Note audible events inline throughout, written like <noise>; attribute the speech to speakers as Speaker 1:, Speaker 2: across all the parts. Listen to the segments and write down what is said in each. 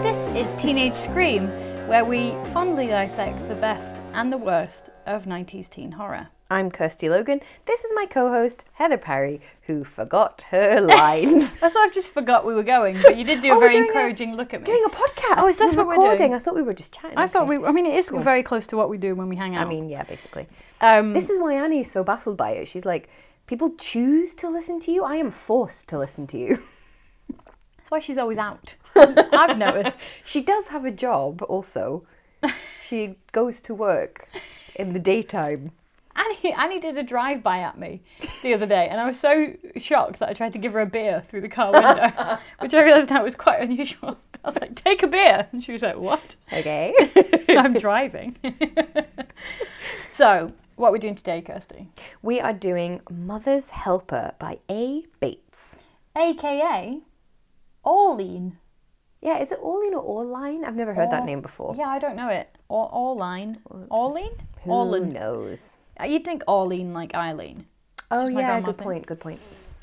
Speaker 1: This is Teenage Scream, where we fondly dissect the best and the worst of 90s teen horror.
Speaker 2: I'm Kirsty Logan. This is my co host, Heather Parry, who forgot her <laughs> lines.
Speaker 1: That's why I've just forgot we were going, <laughs> but you did <laughs> do a
Speaker 2: Oh, we're
Speaker 1: very
Speaker 2: doing a-
Speaker 1: encouraging look at me.
Speaker 2: doing a podcast.
Speaker 1: Oh, is this
Speaker 2: we're
Speaker 1: what we're doing?
Speaker 2: recording? I thought we were just chatting.
Speaker 1: I thought
Speaker 2: Okay.
Speaker 1: we. oh, I mean, it is
Speaker 2: Cool.
Speaker 1: very close to what we do when we hang out.
Speaker 2: I mean, yeah, basically.
Speaker 1: um,
Speaker 2: This is why Annie is so baffled by it. She's like, people choose to listen to you. I am forced to listen to you. <laughs>
Speaker 1: that's why she's always <laughs> out. I've noticed.
Speaker 2: She does have a job
Speaker 1: <laughs>
Speaker 2: also. she goes to work in the daytime.
Speaker 1: Annie, Annie did a drive by at me the other day, and I was so shocked that I tried to give her a beer through the car <laughs> window, which I realised now was quite unusual. <laughs> I was like, "Take a beer," and she was like, "What?"
Speaker 2: Okay.
Speaker 1: <laughs> I'm driving. <laughs> so, what are we doing today, Kirsty?
Speaker 2: we are doing Mother's Helper by A. Bates.
Speaker 1: AKA Orline.
Speaker 2: Yeah, is it Orline or Orline? I've never heard that
Speaker 1: Or-
Speaker 2: name before.
Speaker 1: Yeah, I don't know it. Or Orline. Orline?
Speaker 2: Who
Speaker 1: Orlin.
Speaker 2: knows?
Speaker 1: You'd think Orline like Eileen.
Speaker 2: Oh
Speaker 1: Just my
Speaker 2: yeah,
Speaker 1: grandma
Speaker 2: good
Speaker 1: thing.
Speaker 2: point. Good point.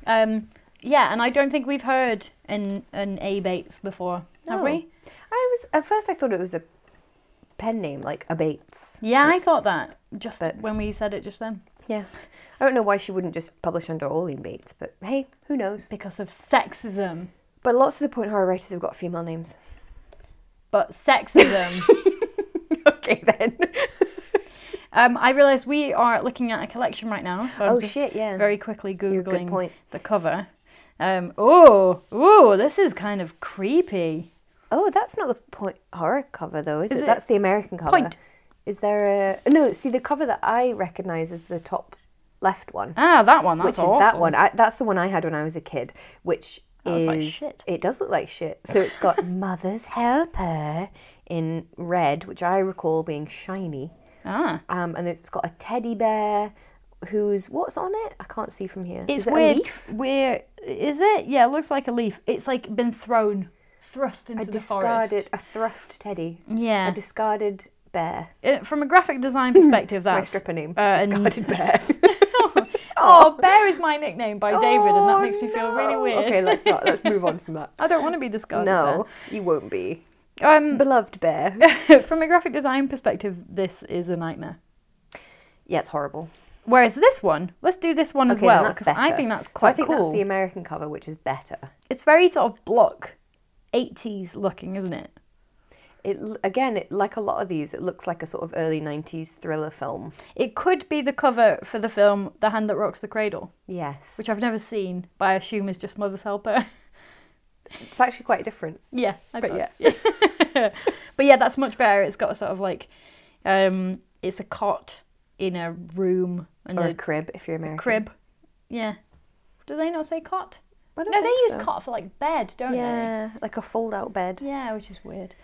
Speaker 1: Um, yeah, and I don't think we've heard an, an A Bates before, have
Speaker 2: No.
Speaker 1: we?
Speaker 2: I was at first I thought it was a pen name like Abates.
Speaker 1: Yeah, I thought that just
Speaker 2: But-
Speaker 1: when we said it just then.
Speaker 2: Yeah. I don't know why she wouldn't just publish under Orlean Bates, but hey, who knows?
Speaker 1: Because of sexism.
Speaker 2: But lots of the point horror writers have got female names. <laughs>
Speaker 1: But sexism.
Speaker 2: okay <laughs> then.
Speaker 1: um, I realise we are looking at a collection right now. So I'm
Speaker 2: oh
Speaker 1: just
Speaker 2: shit, yeah.
Speaker 1: very quickly
Speaker 2: You're a good
Speaker 1: googling
Speaker 2: point.
Speaker 1: the cover. Um, oh, oh, this is kind of creepy.
Speaker 2: Oh, that's not the point horror cover though, is,
Speaker 1: Is
Speaker 2: it?
Speaker 1: it?
Speaker 2: That's the American cover.
Speaker 1: Point.
Speaker 2: Is there a no? See the cover that I recognise is the top left one.
Speaker 1: Ah, that one. That's
Speaker 2: which is that one. I, that's the one I had when I was a kid, which
Speaker 1: That
Speaker 2: is
Speaker 1: looks like shit.
Speaker 2: it does look like shit. So it's
Speaker 1: <laughs>
Speaker 2: got Mother's Helper in red, which I recall being shiny,
Speaker 1: Ah,
Speaker 2: um, and it's got a teddy bear who's what's on it? I can't see from here.
Speaker 1: it's
Speaker 2: is it
Speaker 1: weird.
Speaker 2: a leaf?
Speaker 1: Weird, is it? Yeah, it looks like a leaf. It's like been thrown, thrust into
Speaker 2: A
Speaker 1: the
Speaker 2: discarded, a thrust teddy,
Speaker 1: forest. Yeah,
Speaker 2: a discarded bear.
Speaker 1: It- Uh, from a graphic
Speaker 2: <laughs>
Speaker 1: design perspective,
Speaker 2: That's my
Speaker 1: that's
Speaker 2: stripper name.
Speaker 1: uh, and- <laughs>
Speaker 2: discarded bear.
Speaker 1: oh, bear is my nickname by David, and that
Speaker 2: Oh,
Speaker 1: makes me feel really
Speaker 2: no.
Speaker 1: weird. Oh,
Speaker 2: Okay, let's not. Let's move on from that.
Speaker 1: <laughs> I don't want to be discarded.
Speaker 2: no, you won't be.
Speaker 1: bear. Um, <laughs>
Speaker 2: Beloved bear.
Speaker 1: from a graphic design perspective, this is a nightmare.
Speaker 2: Yeah, it's horrible.
Speaker 1: Whereas this one, let's do this one as
Speaker 2: Okay, then
Speaker 1: well
Speaker 2: that's
Speaker 1: because I
Speaker 2: better.
Speaker 1: think that's
Speaker 2: So
Speaker 1: quite
Speaker 2: I think
Speaker 1: cool.
Speaker 2: that's the American cover, which is better.
Speaker 1: It's very sort of block, eighties looking, isn't it?
Speaker 2: It l- again, it, like a lot of these, it looks like a sort of early '90s thriller film.
Speaker 1: It could be the cover for the film "The Hand That Rocks the Cradle,"
Speaker 2: Yes,
Speaker 1: which I've never seen, but I assume is just Mother's Helper. <laughs>
Speaker 2: it's actually quite different.
Speaker 1: yeah, I
Speaker 2: But
Speaker 1: thought- <laughs> but yeah, that's much better. It's got a sort of like, um, it's a cot in a room and
Speaker 2: Or a
Speaker 1: a
Speaker 2: crib, if you're American.
Speaker 1: crib. Yeah, do they not say cot?
Speaker 2: I don't
Speaker 1: No, they
Speaker 2: think
Speaker 1: use
Speaker 2: so.
Speaker 1: cot for like bed, don't Mm.
Speaker 2: Yeah, like a fold-out bed.
Speaker 1: they? Yeah, which is weird.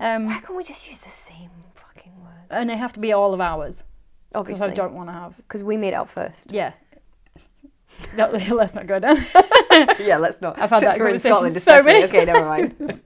Speaker 1: Um,
Speaker 2: Why can't we just use the same fucking words?
Speaker 1: and they have to be all of ours because I
Speaker 2: Obviously,
Speaker 1: don't want to have.
Speaker 2: because we made it up
Speaker 1: <laughs>
Speaker 2: first.
Speaker 1: Yeah. No, <laughs> let's not go down.
Speaker 2: yeah, let's not.
Speaker 1: I've had
Speaker 2: Since
Speaker 1: that
Speaker 2: we're
Speaker 1: conversation
Speaker 2: in Scotland,
Speaker 1: so many
Speaker 2: especially. Okay, never mind.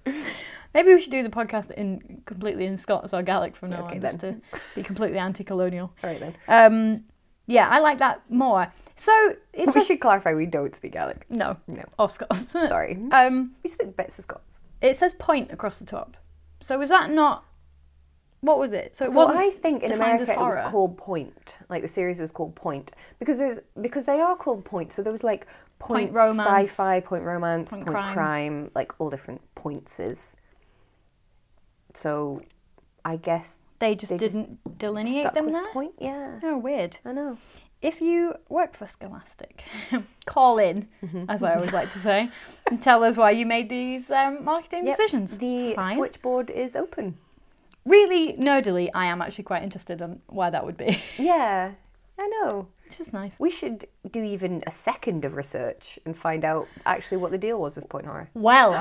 Speaker 1: <laughs> Maybe we should do the podcast in completely in Scots or Gaelic from now
Speaker 2: Okay,
Speaker 1: on, just to be completely anti-colonial.
Speaker 2: All
Speaker 1: <laughs>
Speaker 2: right then.
Speaker 1: Um, yeah, I like that more. So it's
Speaker 2: we
Speaker 1: a-
Speaker 2: should clarify we don't speak Gaelic.
Speaker 1: no,
Speaker 2: No.
Speaker 1: or Scots. <laughs>
Speaker 2: Sorry,
Speaker 1: um,
Speaker 2: we speak bits of Scots.
Speaker 1: it says point across the top. So was that not? What was it? So it
Speaker 2: So
Speaker 1: wasn't.
Speaker 2: I think in
Speaker 1: defined as
Speaker 2: America it was
Speaker 1: horror.
Speaker 2: called Point. Like the series was called Point because there's because they are called Point. So there was like Point,
Speaker 1: Point Romance.
Speaker 2: sci-fi, Point Romance,
Speaker 1: Point
Speaker 2: Point,
Speaker 1: Crime.
Speaker 2: crime. like all different pointses. So I guess
Speaker 1: they just
Speaker 2: they just
Speaker 1: didn't delineate
Speaker 2: stuck
Speaker 1: them
Speaker 2: with
Speaker 1: there.
Speaker 2: Point. Yeah,
Speaker 1: Oh, weird.
Speaker 2: I know.
Speaker 1: If you work for Scholastic, <laughs> call in, as I always like to <laughs> say, and tell us why you made these um, marketing
Speaker 2: Yep,
Speaker 1: decisions.
Speaker 2: The
Speaker 1: Fine.
Speaker 2: switchboard is open.
Speaker 1: Really nerdily, I am actually quite interested in why that would be. <laughs>
Speaker 2: Yeah, I know.
Speaker 1: Which is nice.
Speaker 2: We should do even a second of research and find out actually what the deal was with point horror. <gasps>
Speaker 1: Well,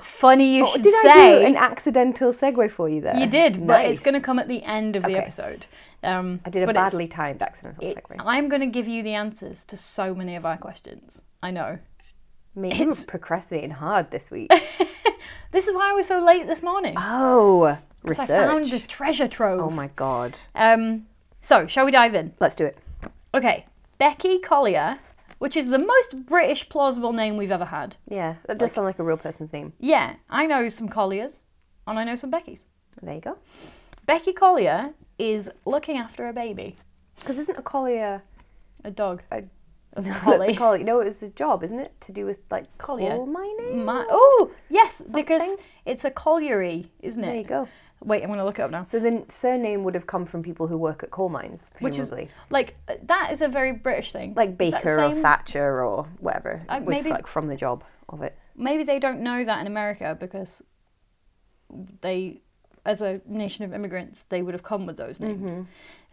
Speaker 1: funny you
Speaker 2: Oh,
Speaker 1: should
Speaker 2: did
Speaker 1: say.
Speaker 2: I do an accidental segue for you there?
Speaker 1: You did, but it's
Speaker 2: Nice.
Speaker 1: going to come at the end of the
Speaker 2: Okay.
Speaker 1: episode. Um,
Speaker 2: I did a
Speaker 1: but it's-
Speaker 2: badly timed accidental
Speaker 1: it-
Speaker 2: segue.
Speaker 1: I'm going to give you the answers to so many of our questions. I know.
Speaker 2: Mate, you were procrastinating hard
Speaker 1: <laughs>
Speaker 2: this week.
Speaker 1: This is why I was so late this morning. 'cause
Speaker 2: Oh, research.
Speaker 1: I found a treasure
Speaker 2: Oh
Speaker 1: trove.
Speaker 2: my god.
Speaker 1: um, so, shall we dive in?
Speaker 2: Let's do it.
Speaker 1: Okay, Becky Collier, which is the most British plausible name we've ever had.
Speaker 2: Yeah, that does sound like a real person's name.
Speaker 1: Yeah, I know some Colliers, and I know some Beckys.
Speaker 2: There you go.
Speaker 1: Becky Collier is looking after a baby,
Speaker 2: Because isn't a collier
Speaker 1: a dog.
Speaker 2: A- <laughs>
Speaker 1: <laughs> That's a
Speaker 2: What's
Speaker 1: collie.
Speaker 2: a collier? No, it's a job, isn't it? To do with like
Speaker 1: Collier.
Speaker 2: coal mining.
Speaker 1: My, oh, yes, because
Speaker 2: Something?
Speaker 1: it's a colliery, isn't it?
Speaker 2: There you go.
Speaker 1: Wait, I'm going to look it up now.
Speaker 2: So the surname would have come from people who work at coal mines,
Speaker 1: Which is-
Speaker 2: presumably.
Speaker 1: Like, uh, that is a very British thing.
Speaker 2: like
Speaker 1: Is that the
Speaker 2: Baker or
Speaker 1: same-
Speaker 2: Thatcher or whatever.
Speaker 1: Uh,
Speaker 2: it was
Speaker 1: maybe-
Speaker 2: like from the job of it.
Speaker 1: Maybe they don't know that in America because they, as a nation of immigrants, they would have come with those names.
Speaker 2: Mm-hmm.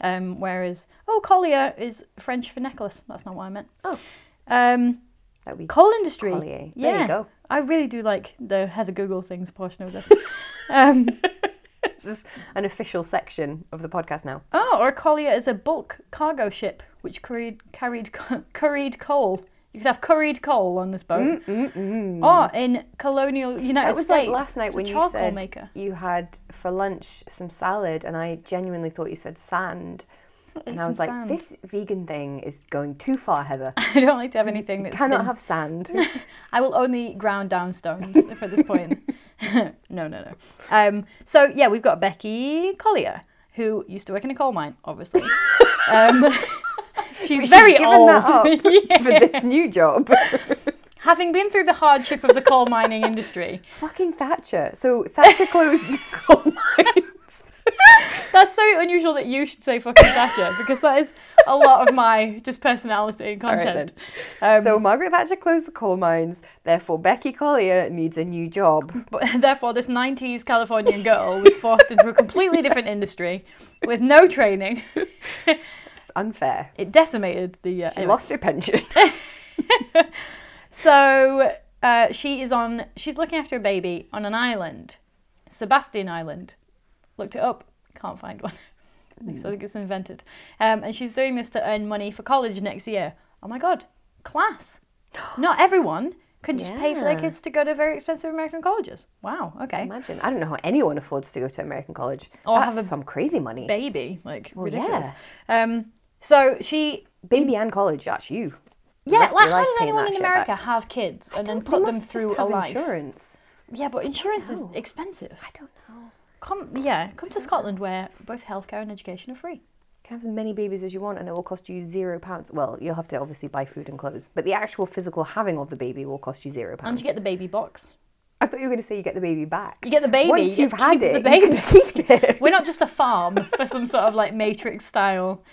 Speaker 1: Um, whereas, oh, collier is French for necklace. That's not what I meant.
Speaker 2: Oh.
Speaker 1: Um,
Speaker 2: That would be
Speaker 1: coal industry.
Speaker 2: collier.
Speaker 1: Yeah.
Speaker 2: There you go.
Speaker 1: I really do like the Heather Google things portion of
Speaker 2: <laughs>
Speaker 1: this. um,
Speaker 2: This is an official section of the podcast now.
Speaker 1: Oh, or a collier is a bulk cargo ship which carried carried <laughs> curried coal. You could have curried coal on this boat. Or in colonial United
Speaker 2: That was
Speaker 1: States,
Speaker 2: like last night
Speaker 1: it's a
Speaker 2: when you
Speaker 1: charcoal
Speaker 2: said
Speaker 1: maker.
Speaker 2: you had for lunch some salad, and I genuinely thought you said sand. And I
Speaker 1: some
Speaker 2: was like,
Speaker 1: sand.
Speaker 2: this vegan thing is going too far, Heather.
Speaker 1: <laughs> I don't like to have anything that's
Speaker 2: Cannot
Speaker 1: been- <laughs>
Speaker 2: have sand.
Speaker 1: I will only ground down stones <laughs> for this point. no, no, no. Um, so yeah, we've got Becky Collier who used to work in a coal mine,
Speaker 2: <laughs>
Speaker 1: obviously. um, <laughs> she's
Speaker 2: She's
Speaker 1: very
Speaker 2: given
Speaker 1: old.
Speaker 2: that up
Speaker 1: <laughs> Yeah.
Speaker 2: for this
Speaker 1: <laughs>
Speaker 2: new job.
Speaker 1: Having been through the hardship of the coal mining industry,
Speaker 2: Fucking Thatcher. So
Speaker 1: <laughs>
Speaker 2: Thatcher closed the coal mines.
Speaker 1: That's so unusual that you should say fucking Thatcher because that is a lot of my just personality and
Speaker 2: All right,
Speaker 1: content. um,
Speaker 2: So Margaret Thatcher closed the coal mines. Therefore, Becky Collier needs a new job.
Speaker 1: but, <laughs> therefore, this 90s Californian girl was forced into a completely different industry with no training.
Speaker 2: It's unfair.
Speaker 1: It decimated the. Uh,
Speaker 2: She
Speaker 1: anyway.
Speaker 2: lost her pension. <laughs>
Speaker 1: So uh, she is on. She's looking after a baby on an island, Sebastian Island. Looked it up. Can't find one. <laughs> I think- so I think it's invented. Um, and she's doing this to earn money for college next year. Oh my god,
Speaker 2: <gasps>
Speaker 1: class! Not everyone can just pay for their
Speaker 2: Yeah.
Speaker 1: kids to go to very expensive American colleges. Wow. Okay.
Speaker 2: Imagine. I don't know how anyone affords to go to American college.
Speaker 1: Or have
Speaker 2: That's
Speaker 1: a
Speaker 2: some crazy money.
Speaker 1: Baby, like
Speaker 2: Well,
Speaker 1: ridiculous. Um, so she.
Speaker 2: Baby and college, that's you. The
Speaker 1: Yeah,
Speaker 2: rest of
Speaker 1: like
Speaker 2: your
Speaker 1: how
Speaker 2: life
Speaker 1: does
Speaker 2: paying
Speaker 1: anyone
Speaker 2: that
Speaker 1: in
Speaker 2: shit back.
Speaker 1: America have kids and then
Speaker 2: Don't- they
Speaker 1: put them
Speaker 2: must just
Speaker 1: through a
Speaker 2: have
Speaker 1: life?
Speaker 2: insurance.
Speaker 1: Yeah, but insurance is
Speaker 2: know.
Speaker 1: expensive.
Speaker 2: I don't know.
Speaker 1: Come, yeah, come to Scotland where both healthcare and education are free.
Speaker 2: You can have as many babies as you want and it will cost you zero pounds. Well, you'll have to obviously buy food and clothes, but the actual physical having of the baby will cost you zero
Speaker 1: And
Speaker 2: pounds.
Speaker 1: you get the baby box.
Speaker 2: I thought you were going to say you get the baby back.
Speaker 1: You get the baby.
Speaker 2: Once
Speaker 1: you
Speaker 2: you've
Speaker 1: get to
Speaker 2: had
Speaker 1: keep
Speaker 2: it,
Speaker 1: the baby.
Speaker 2: you can keep
Speaker 1: <laughs>
Speaker 2: it.
Speaker 1: We're not just a farm for some sort of like matrix style.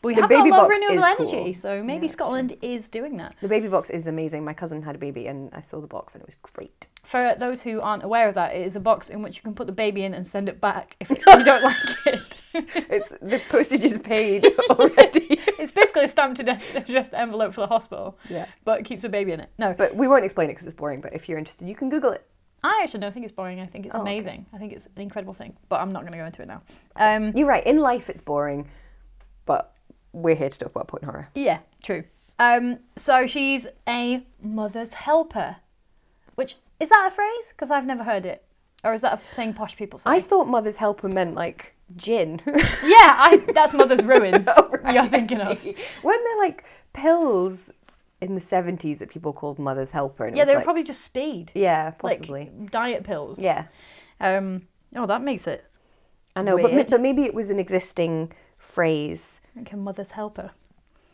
Speaker 1: But we
Speaker 2: The
Speaker 1: have got a
Speaker 2: baby
Speaker 1: lot of
Speaker 2: box
Speaker 1: renewable
Speaker 2: is
Speaker 1: energy,
Speaker 2: cool.
Speaker 1: so
Speaker 2: Yeah,
Speaker 1: maybe
Speaker 2: that's true.
Speaker 1: Scotland is doing that.
Speaker 2: The baby box is amazing. My cousin had a baby and I saw the box and it was great.
Speaker 1: For those who aren't aware of that, it is a box in which you can put the baby in and send it back
Speaker 2: <laughs>
Speaker 1: if you don't like it.
Speaker 2: It's the postage
Speaker 1: <laughs>
Speaker 2: is paid already.
Speaker 1: It's basically a stamped addressed envelope for the hospital,
Speaker 2: yeah.
Speaker 1: but it keeps a baby in it. No,
Speaker 2: But we won't explain it because it's boring, but if you're interested, you can Google it.
Speaker 1: I actually don't think it's boring. I think it's
Speaker 2: Oh, okay.
Speaker 1: amazing. I think it's an incredible thing, but I'm not going to go into it now. Um,
Speaker 2: You're right, in life it's boring, but we're here to talk about point horror.
Speaker 1: Yeah, true. Um, so she's a mother's helper, which is that a phrase? Because I've never heard it, or is that a thing posh people say?
Speaker 2: I thought mother's helper meant like gin. <laughs>
Speaker 1: yeah, I, that's mother's ruin.
Speaker 2: Oh,
Speaker 1: You're thinking of
Speaker 2: Weren't there like pills in the 70s that people called mother's helper? And it
Speaker 1: yeah,
Speaker 2: was
Speaker 1: they were
Speaker 2: like-
Speaker 1: probably just speed,
Speaker 2: Yeah, possibly.
Speaker 1: like diet pills.
Speaker 2: yeah.
Speaker 1: Um, oh, that makes it
Speaker 2: I know, but, ma-
Speaker 1: Weird.
Speaker 2: but maybe it was an existing phrase
Speaker 1: like a mother's helper.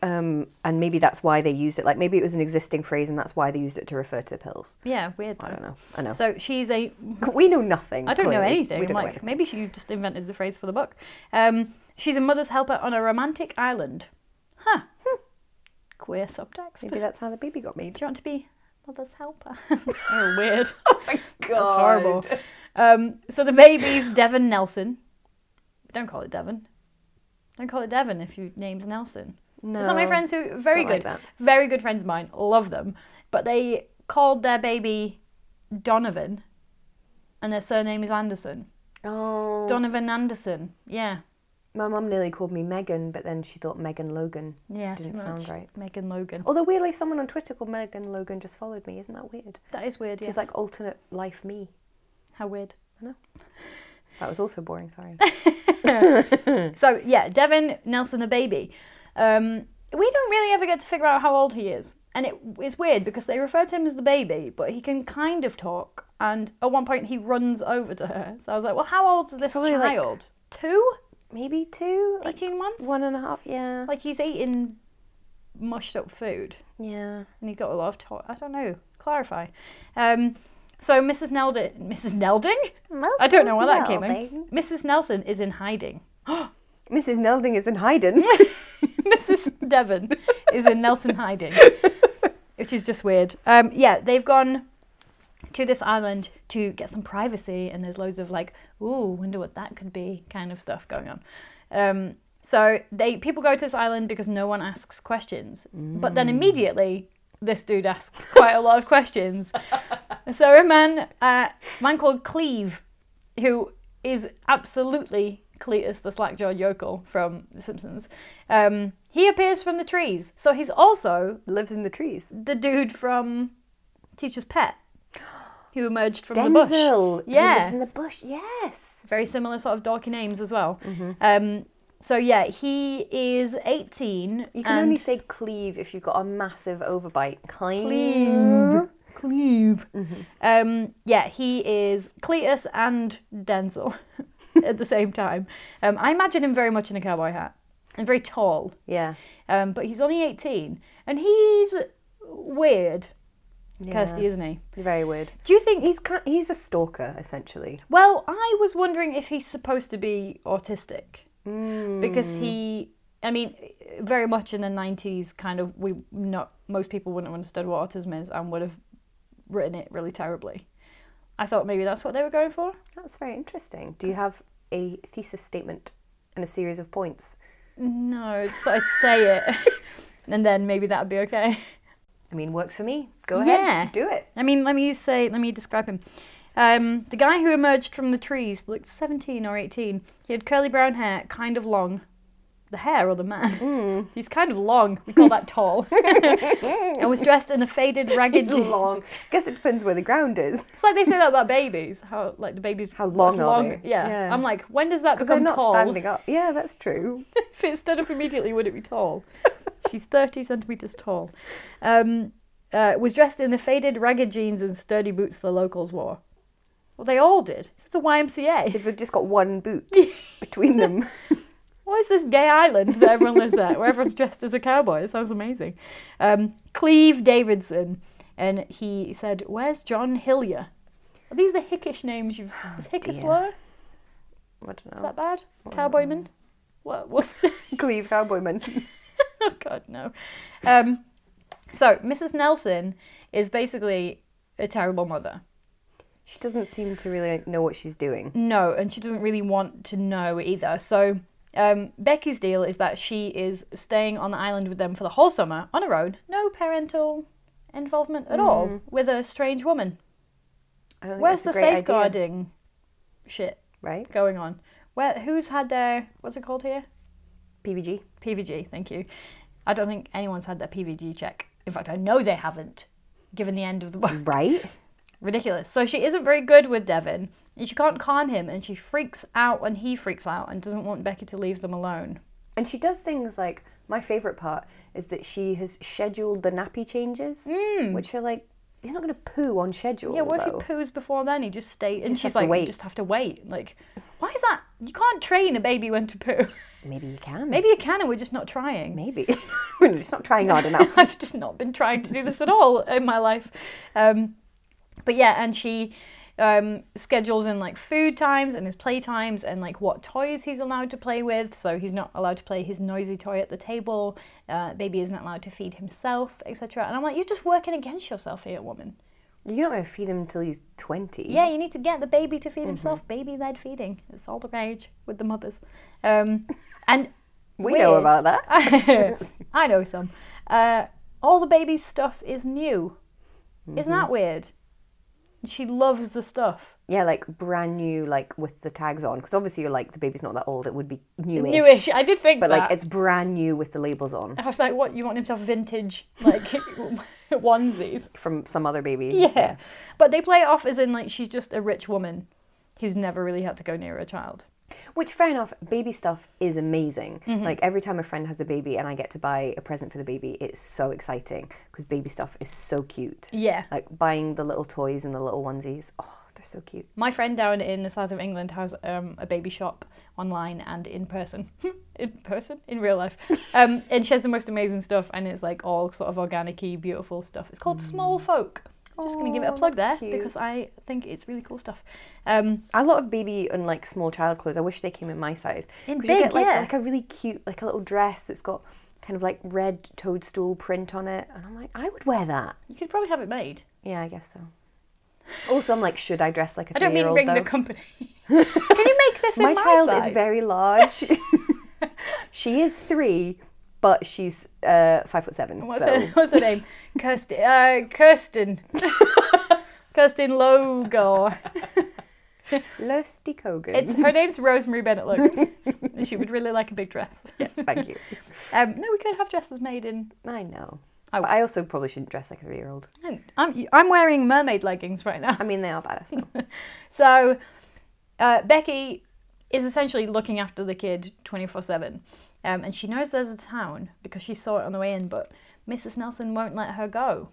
Speaker 2: um, and maybe that's why they used it. Like maybe it was an existing phrase, and that's why they used it to refer to the pills.
Speaker 1: Yeah, weird.
Speaker 2: I
Speaker 1: Though.
Speaker 2: don't know. I know.
Speaker 1: So she's a
Speaker 2: we know nothing.
Speaker 1: I don't know
Speaker 2: clearly.
Speaker 1: anything.
Speaker 2: We
Speaker 1: I'm
Speaker 2: don't know
Speaker 1: like,
Speaker 2: anything.
Speaker 1: maybe she, you've just invented the phrase for the book. Um, she's a mother's helper on a romantic island. Huh. Queer subtext.
Speaker 2: Hmm. Maybe that's how the baby got
Speaker 1: Do
Speaker 2: made.
Speaker 1: you want to be mother's helper? <laughs> oh, <laughs> weird.
Speaker 2: Oh my god,
Speaker 1: That's horrible. Um, so the baby's Devon Nelson. Don't call it Devon. Don't call it Devon if your name's Nelson.
Speaker 2: No.
Speaker 1: Some of my friends who very
Speaker 2: Don't
Speaker 1: good,
Speaker 2: like that.
Speaker 1: very good friends of mine, love them, but they called their baby Donovan, and their surname is Anderson.
Speaker 2: Oh.
Speaker 1: Donovan Anderson. Yeah,
Speaker 2: My mum nearly called me Megan, but then she thought Megan Logan.
Speaker 1: yeah.
Speaker 2: Didn't
Speaker 1: too much.
Speaker 2: sound right. Oh.
Speaker 1: Megan Logan.
Speaker 2: Although weirdly, someone on Twitter called Megan Logan just followed me. Isn't that weird?
Speaker 1: That is weird.
Speaker 2: She's
Speaker 1: yes.
Speaker 2: like alternate life me.
Speaker 1: how weird.
Speaker 2: That was also
Speaker 1: <laughs>
Speaker 2: boring. Sorry.
Speaker 1: So yeah, Devin Nelson the baby. Um, we don't really ever get to figure out how old he is, and it, it's weird because they refer to him as the baby, but he can kind of talk. And at one point, he runs over to her. So I was like, "Well, how old is this
Speaker 2: probably, like,
Speaker 1: child? Two?
Speaker 2: Maybe two, like
Speaker 1: Eighteen months?
Speaker 2: one and a half. Yeah.
Speaker 1: Like he's eating mushed up food,
Speaker 2: Yeah.
Speaker 1: and he's got a lot of talk. I don't know. Clarify." Um, so Mrs. Nelding, Mrs. Nelding, I don't know where that came in. Mrs. Nelson is in hiding.
Speaker 2: Mrs. Nelding is
Speaker 1: <laughs>
Speaker 2: in hiding.
Speaker 1: Mrs. Devon is in Nelson hiding, which is just weird. Um, yeah, they've gone to this island to get some privacy, and there's loads of like, ooh, wonder what that could be kind of stuff going on. Um, so they people go to this island because no one asks questions, but then immediately this dude asks quite a lot of questions. so a man, uh, man called Cleve, who is absolutely Cletus the slack-jawed yokel from The Simpsons. Um, he appears from the trees, so he's also
Speaker 2: Lives in the trees.
Speaker 1: the dude from Teacher's Pet, who emerged from the bush.
Speaker 2: Denzel.
Speaker 1: Yeah.
Speaker 2: He lives in the bush. Yes.
Speaker 1: Very similar sort of dorky names as well.
Speaker 2: Mm-hmm.
Speaker 1: Um, so yeah, he is 18.
Speaker 2: You can
Speaker 1: and
Speaker 2: only say cleave if you've got a massive overbite.
Speaker 1: Cleave. Cleve. Um, yeah, he is Cletus and Denzel <laughs> at the same time. Um, I imagine him very much in a cowboy hat and very tall.
Speaker 2: Yeah.
Speaker 1: Um, but he's only 18 and he's weird,
Speaker 2: yeah.
Speaker 1: Kirsty, isn't he?
Speaker 2: Very weird.
Speaker 1: Do you think
Speaker 2: He's ki- he's a stalker essentially.
Speaker 1: Well, I was wondering if he's supposed to be autistic because he, I mean, very much in the nineties, kind of we not most people wouldn't have understood what autism is and would have written it really terribly. I thought maybe that's what they were going for.
Speaker 2: That's very interesting. Do you have a thesis statement and a series of points?
Speaker 1: No, just thought I'd say it, <laughs> and then maybe that'd be okay.
Speaker 2: I mean, works for me. Go
Speaker 1: Yeah.
Speaker 2: ahead, do it.
Speaker 1: I mean, let me say, let me describe him. Um, the guy who emerged from the trees looked 17 or 18. He had curly brown hair, kind of long. The hair or the man?
Speaker 2: Mm.
Speaker 1: <laughs> He's kind of long. We call that tall. <laughs> and was dressed in a faded, ragged
Speaker 2: It's
Speaker 1: jeans.
Speaker 2: long. guess it depends where the ground is.
Speaker 1: It's like they say that about babies. How like the babies?
Speaker 2: How long
Speaker 1: it's
Speaker 2: are they?
Speaker 1: Yeah.
Speaker 2: Yeah.
Speaker 1: I'm like, when does that
Speaker 2: Because they're
Speaker 1: become
Speaker 2: not
Speaker 1: tall?
Speaker 2: standing up. Yeah, that's true.
Speaker 1: <laughs> if it stood up immediately, would it be tall? <laughs> She's 30 centimetres tall. Um, uh, was dressed in the faded, ragged jeans and sturdy boots the locals wore. Well, they all did. It's a YMCA.
Speaker 2: If they've just got one boot
Speaker 1: <laughs>
Speaker 2: between them.
Speaker 1: What is this gay island that everyone lives at, where everyone's dressed as a cowboy? It sounds amazing. Um, Cleve Davidson. And he said, Where's John Hillier? Are these the hickish names you've. Is hick a
Speaker 2: Oh, dear.
Speaker 1: slur?
Speaker 2: I don't
Speaker 1: Is
Speaker 2: know.
Speaker 1: that bad? Cowboyman? What, what's.
Speaker 2: Cleve Cowboyman.
Speaker 1: oh god no um so mrs nelson is basically a terrible mother
Speaker 2: <laughs> She doesn't seem to really know what she's doing.
Speaker 1: no and she doesn't really want to know either so um, becky's deal is that she is staying on the island with them for the whole summer on her own no parental involvement at all with a strange woman
Speaker 2: I don't think
Speaker 1: where's the
Speaker 2: Mm. that's a great idea,
Speaker 1: safeguarding shit
Speaker 2: right?
Speaker 1: going on where who's had their what's it called here
Speaker 2: PVG.
Speaker 1: PVG, thank you. I don't think anyone's had their PVG check. In fact, I know they haven't, given the end of the book.
Speaker 2: Right?
Speaker 1: Ridiculous. So she isn't very good with Devin, and she can't calm him, and she freaks out when he freaks out and doesn't want Becky to leave them alone.
Speaker 2: And she does things like my favorite part is that she has scheduled the nappy changes, which are like he's not going to poo on schedule.
Speaker 1: Hmm. Yeah, what
Speaker 2: though.
Speaker 1: if he poos before then? He just stays, and
Speaker 2: just
Speaker 1: she's
Speaker 2: have to
Speaker 1: like, you
Speaker 2: wait.
Speaker 1: just have to wait. Like, why is that? You can't train a baby when to poo. <laughs>
Speaker 2: Maybe you can.
Speaker 1: Maybe you can, and we're just not trying.
Speaker 2: Maybe. <laughs> We're just not trying hard <laughs> enough.
Speaker 1: <laughs> I've just not been trying to do this at all in my life. Um, but yeah, and she um, schedules in like food times and his play times and like what toys he's allowed to play with. So he's not allowed to play his noisy toy at the table. Uh, baby isn't allowed to feed himself, etc. And I'm like, you're just working against yourself here, woman.
Speaker 2: You're not going to feed him until he's 20.
Speaker 1: Yeah, you need to get the baby
Speaker 2: Mm-hmm.
Speaker 1: to feed himself. Baby led feeding. It's all the rage with the mothers. Um, and
Speaker 2: <laughs> We know
Speaker 1: Weird.
Speaker 2: about that.
Speaker 1: <laughs> I know some. Uh, all the baby's stuff is new. Isn't
Speaker 2: Mm-hmm.
Speaker 1: that weird? And She loves the stuff.
Speaker 2: Yeah, like brand new, like with the tags on. Because obviously, you're like the baby's not that old. It would be newish.
Speaker 1: Newish. I did think
Speaker 2: But
Speaker 1: that.
Speaker 2: like it's brand new with the labels on
Speaker 1: I was like, what? You want him to have vintage
Speaker 2: <laughs>
Speaker 1: like <laughs> onesies?
Speaker 2: from some other baby.
Speaker 1: Yeah. But they play it off as in like she's just a rich woman who's never really had to go near a child.
Speaker 2: Which, fair enough, baby stuff is amazing. Like, every time a friend has a baby and I get to buy a present for the baby, it's so exciting because baby stuff is so cute.
Speaker 1: Yeah.
Speaker 2: Like, buying the little toys and the little onesies. Oh, they're so cute.
Speaker 1: My friend down in the south of England has um, a baby shop online and in person. <laughs> in person? In real
Speaker 2: <laughs>
Speaker 1: life. Um, and she has the most amazing stuff, and it's like all sort of organic y, beautiful stuff. It's called Small Folk. Just going to give it a
Speaker 2: Aw,
Speaker 1: plug there
Speaker 2: Mm. Oh, that's cute.
Speaker 1: because I think it's really cool stuff. Um,
Speaker 2: A lot of baby and like small child clothes. I wish they came in my size.
Speaker 1: In
Speaker 2: 'Cause
Speaker 1: big,
Speaker 2: you get like,
Speaker 1: yeah.
Speaker 2: like a really cute, like a little dress that's got kind of like red toadstool print on it. And I'm like, I would wear that.
Speaker 1: you could probably have it made.
Speaker 2: Yeah, I guess so. Also, I'm like, should I dress like a
Speaker 1: I don't mean
Speaker 2: three-year-old,
Speaker 1: ring
Speaker 2: though?
Speaker 1: the
Speaker 2: <laughs>
Speaker 1: company. Can you make this
Speaker 2: my,
Speaker 1: in my
Speaker 2: child
Speaker 1: size?
Speaker 2: is very large.
Speaker 1: <laughs>
Speaker 2: she is three, but she's uh, five foot seven.
Speaker 1: What's,
Speaker 2: so
Speaker 1: her, what's her
Speaker 2: <laughs>
Speaker 1: name? Kirsten. Uh, Kirsten. Kirsten Logar.
Speaker 2: Lusty Kogan. <laughs>
Speaker 1: It's <laughs> her name's Rosemary Bennett. Look, she would really like a big dress.
Speaker 2: yes, thank you.
Speaker 1: Um, no, we could have dresses made in.
Speaker 2: I know.
Speaker 1: I-
Speaker 2: But I also probably shouldn't dress like a three-year-old.
Speaker 1: I'm I'm wearing mermaid leggings right now.
Speaker 2: I mean, they are badass.
Speaker 1: <laughs>
Speaker 2: Though.
Speaker 1: So uh, Becky is essentially looking after the kid twenty four seven, Um, and she knows there's a town because she saw it on the way in. But Mrs. Nelson won't let her go.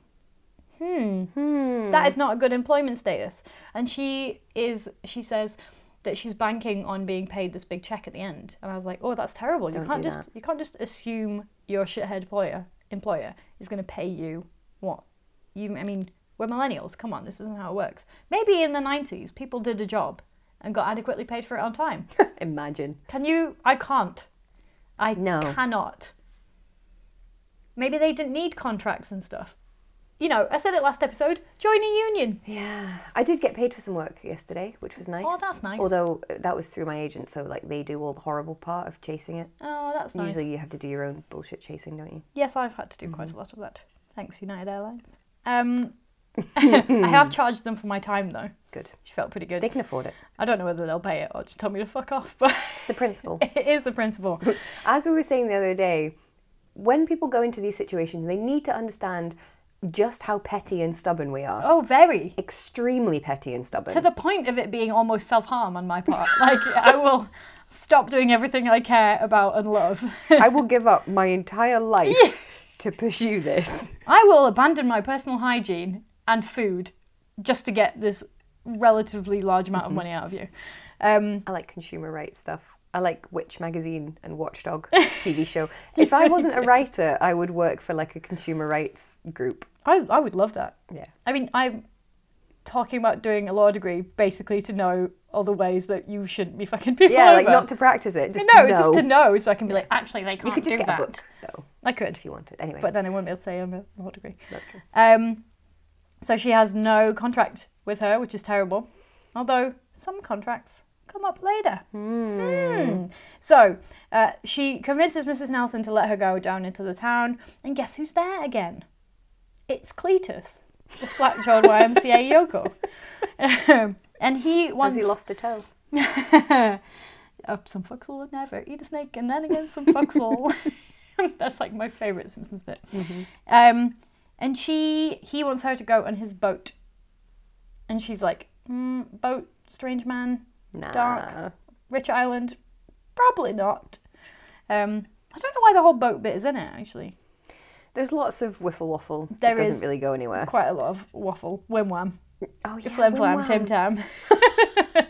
Speaker 1: Hmm.
Speaker 2: Mm.
Speaker 1: That is not a good employment status. And she is. She says that she's banking on being paid this big check at the end. And I was like, oh, that's terrible. you
Speaker 2: Don't
Speaker 1: can't
Speaker 2: do
Speaker 1: just you can't just assume your shithead employer employer is going to pay you what you. I mean, we're millennials. Come on, this isn't how it works. Maybe in the nineties, people did a job and got adequately paid for it on time.
Speaker 2: <laughs> Imagine.
Speaker 1: Can you? I can't. I
Speaker 2: No.
Speaker 1: cannot. Maybe they didn't need contracts and stuff. You know, I said it last episode. Join a union.
Speaker 2: Yeah, I did get paid for some work yesterday, which was nice.
Speaker 1: Oh, that's nice.
Speaker 2: Although uh, that was through my agent, so like they do all the horrible part of chasing it.
Speaker 1: Oh, that's nice.
Speaker 2: Usually, you have to do your own bullshit chasing, don't you?
Speaker 1: Yes, I've had to do
Speaker 2: Mm-hmm.
Speaker 1: quite a lot of that. Thanks, United Airlines. Um, <laughs> I
Speaker 2: <laughs>
Speaker 1: have charged them for my time though,
Speaker 2: Good.
Speaker 1: which felt pretty good.
Speaker 2: They can afford it.
Speaker 1: I don't know whether they'll pay it or just tell me to fuck off, but
Speaker 2: It's the principle.
Speaker 1: <laughs> it is the
Speaker 2: <laughs>
Speaker 1: principle.
Speaker 2: As we were saying the other day, when people go into these situations, they need to understand just how petty and stubborn we are.
Speaker 1: Oh, very.
Speaker 2: Extremely petty and stubborn.
Speaker 1: To the point of it being almost self harm on my part. Like, <laughs> I will stop doing everything I care about and love. <laughs>
Speaker 2: I will give up my entire life to pursue this.
Speaker 1: I will abandon my personal hygiene and food just to get this relatively large amount
Speaker 2: Mm-hmm.
Speaker 1: of money out of you. Um,
Speaker 2: I like consumer rights stuff. I like Witch magazine
Speaker 1: <laughs>
Speaker 2: and Watchdog TV show. If I wasn't a writer, I would work for like a consumer rights group.
Speaker 1: I, I would love that.
Speaker 2: Yeah.
Speaker 1: I mean, I'm talking about doing a law degree basically to know all the ways that you shouldn't be fucking <laughs> people
Speaker 2: Yeah,
Speaker 1: over.
Speaker 2: like not to practice it, just
Speaker 1: no,
Speaker 2: to know.
Speaker 1: just to know, so I can be like, actually, they can't
Speaker 2: you could just
Speaker 1: do
Speaker 2: get
Speaker 1: that.
Speaker 2: a book though
Speaker 1: I could,
Speaker 2: if you wanted. Anyway,
Speaker 1: but then I wouldn't be able to say I'm a law degree.
Speaker 2: that's true.
Speaker 1: Um, so she has no contract with her, which is terrible. Although some contracts come up later. Hmm. So uh, she convinces Mrs. Nelson to let her go down into the town, and guess who's there again? It's Cletus, the slack-jawed YMCA yokel. Um, and he
Speaker 2: Has
Speaker 1: wants
Speaker 2: he lost a toe?
Speaker 1: <laughs> up some foxhole would never eat a snake, and then again some foxhole. <laughs> That's like my favourite Simpsons bit.
Speaker 2: Mm-hmm.
Speaker 1: Um, and she, he wants her to go on his boat, and she's like, mm, "Boat, strange man,
Speaker 2: Nah.
Speaker 1: Dark. rich island, probably not." Um, I don't know why the whole boat bit is in it. Actually,
Speaker 2: There's lots of wiffle waffle.
Speaker 1: There
Speaker 2: that doesn't
Speaker 1: is.
Speaker 2: really go anywhere.
Speaker 1: quite a lot of waffle, whim wham,
Speaker 2: Oh yeah,
Speaker 1: flim
Speaker 2: Wim
Speaker 1: flam,
Speaker 2: Wam.
Speaker 1: tim tam,
Speaker 2: <laughs>
Speaker 1: <laughs>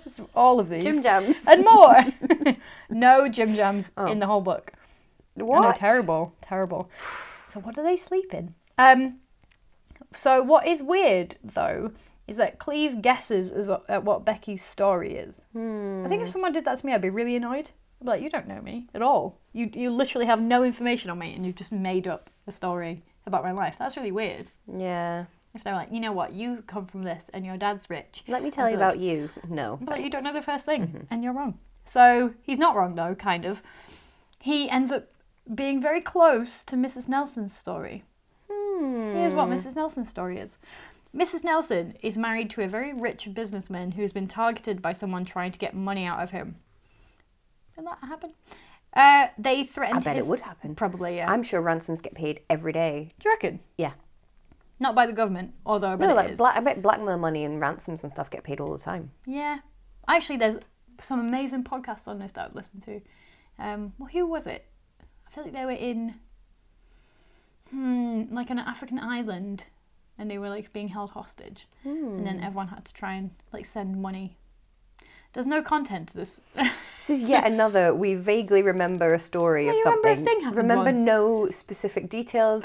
Speaker 1: It's all of these <laughs>
Speaker 2: Jim Jams.
Speaker 1: and more. <laughs> no Jim Jams
Speaker 2: Oh.
Speaker 1: in the whole book. I know,
Speaker 2: What?
Speaker 1: terrible, terrible. So what do they sleep in? Um, so what is weird though is that Cleve guesses as what, at what Becky's story is. I think if
Speaker 2: Hmm.
Speaker 1: someone did that to me, I'd be really annoyed. I'd be like, you don't know me at all. You you literally have no information on me, and you've just made up a story about my life. That's really weird.
Speaker 2: Yeah.
Speaker 1: If they're like, you know what, you come from this, and your dad's rich.
Speaker 2: Let me tell you
Speaker 1: I'd be like,
Speaker 2: about you. No.
Speaker 1: but you
Speaker 2: thanks. Mm-hmm.
Speaker 1: don't know the first thing, and you're wrong. So he's not wrong though, kind of. he ends up being very close to Mrs. Nelson's story. Here's
Speaker 2: Hmm.
Speaker 1: what Mrs. Nelson's story is. Mrs. Nelson is married to a very rich businessman who has been targeted by someone trying to get money out of him. Did that happen? Uh, they threatened.
Speaker 2: I bet
Speaker 1: his-
Speaker 2: it would happen.
Speaker 1: Probably, yeah.
Speaker 2: I'm sure ransoms get paid every day.
Speaker 1: Do you reckon?
Speaker 2: Yeah.
Speaker 1: Not by the government, although I bet
Speaker 2: No,
Speaker 1: it
Speaker 2: like
Speaker 1: is.
Speaker 2: black, I bet blackmail money and ransoms and stuff get paid all the time.
Speaker 1: Yeah. Actually, there's some amazing podcasts on this that I've listened to. Um, well, who was it? I feel like they were in, hmm, like an African island, and they were like being held hostage, and
Speaker 2: Hmm.
Speaker 1: then everyone had to try and like send money. There's no content to this. <laughs>
Speaker 2: This is yet another. We vaguely remember a story
Speaker 1: Well,
Speaker 2: of
Speaker 1: you remember a
Speaker 2: something.
Speaker 1: thing happened
Speaker 2: remember
Speaker 1: once.
Speaker 2: no specific details,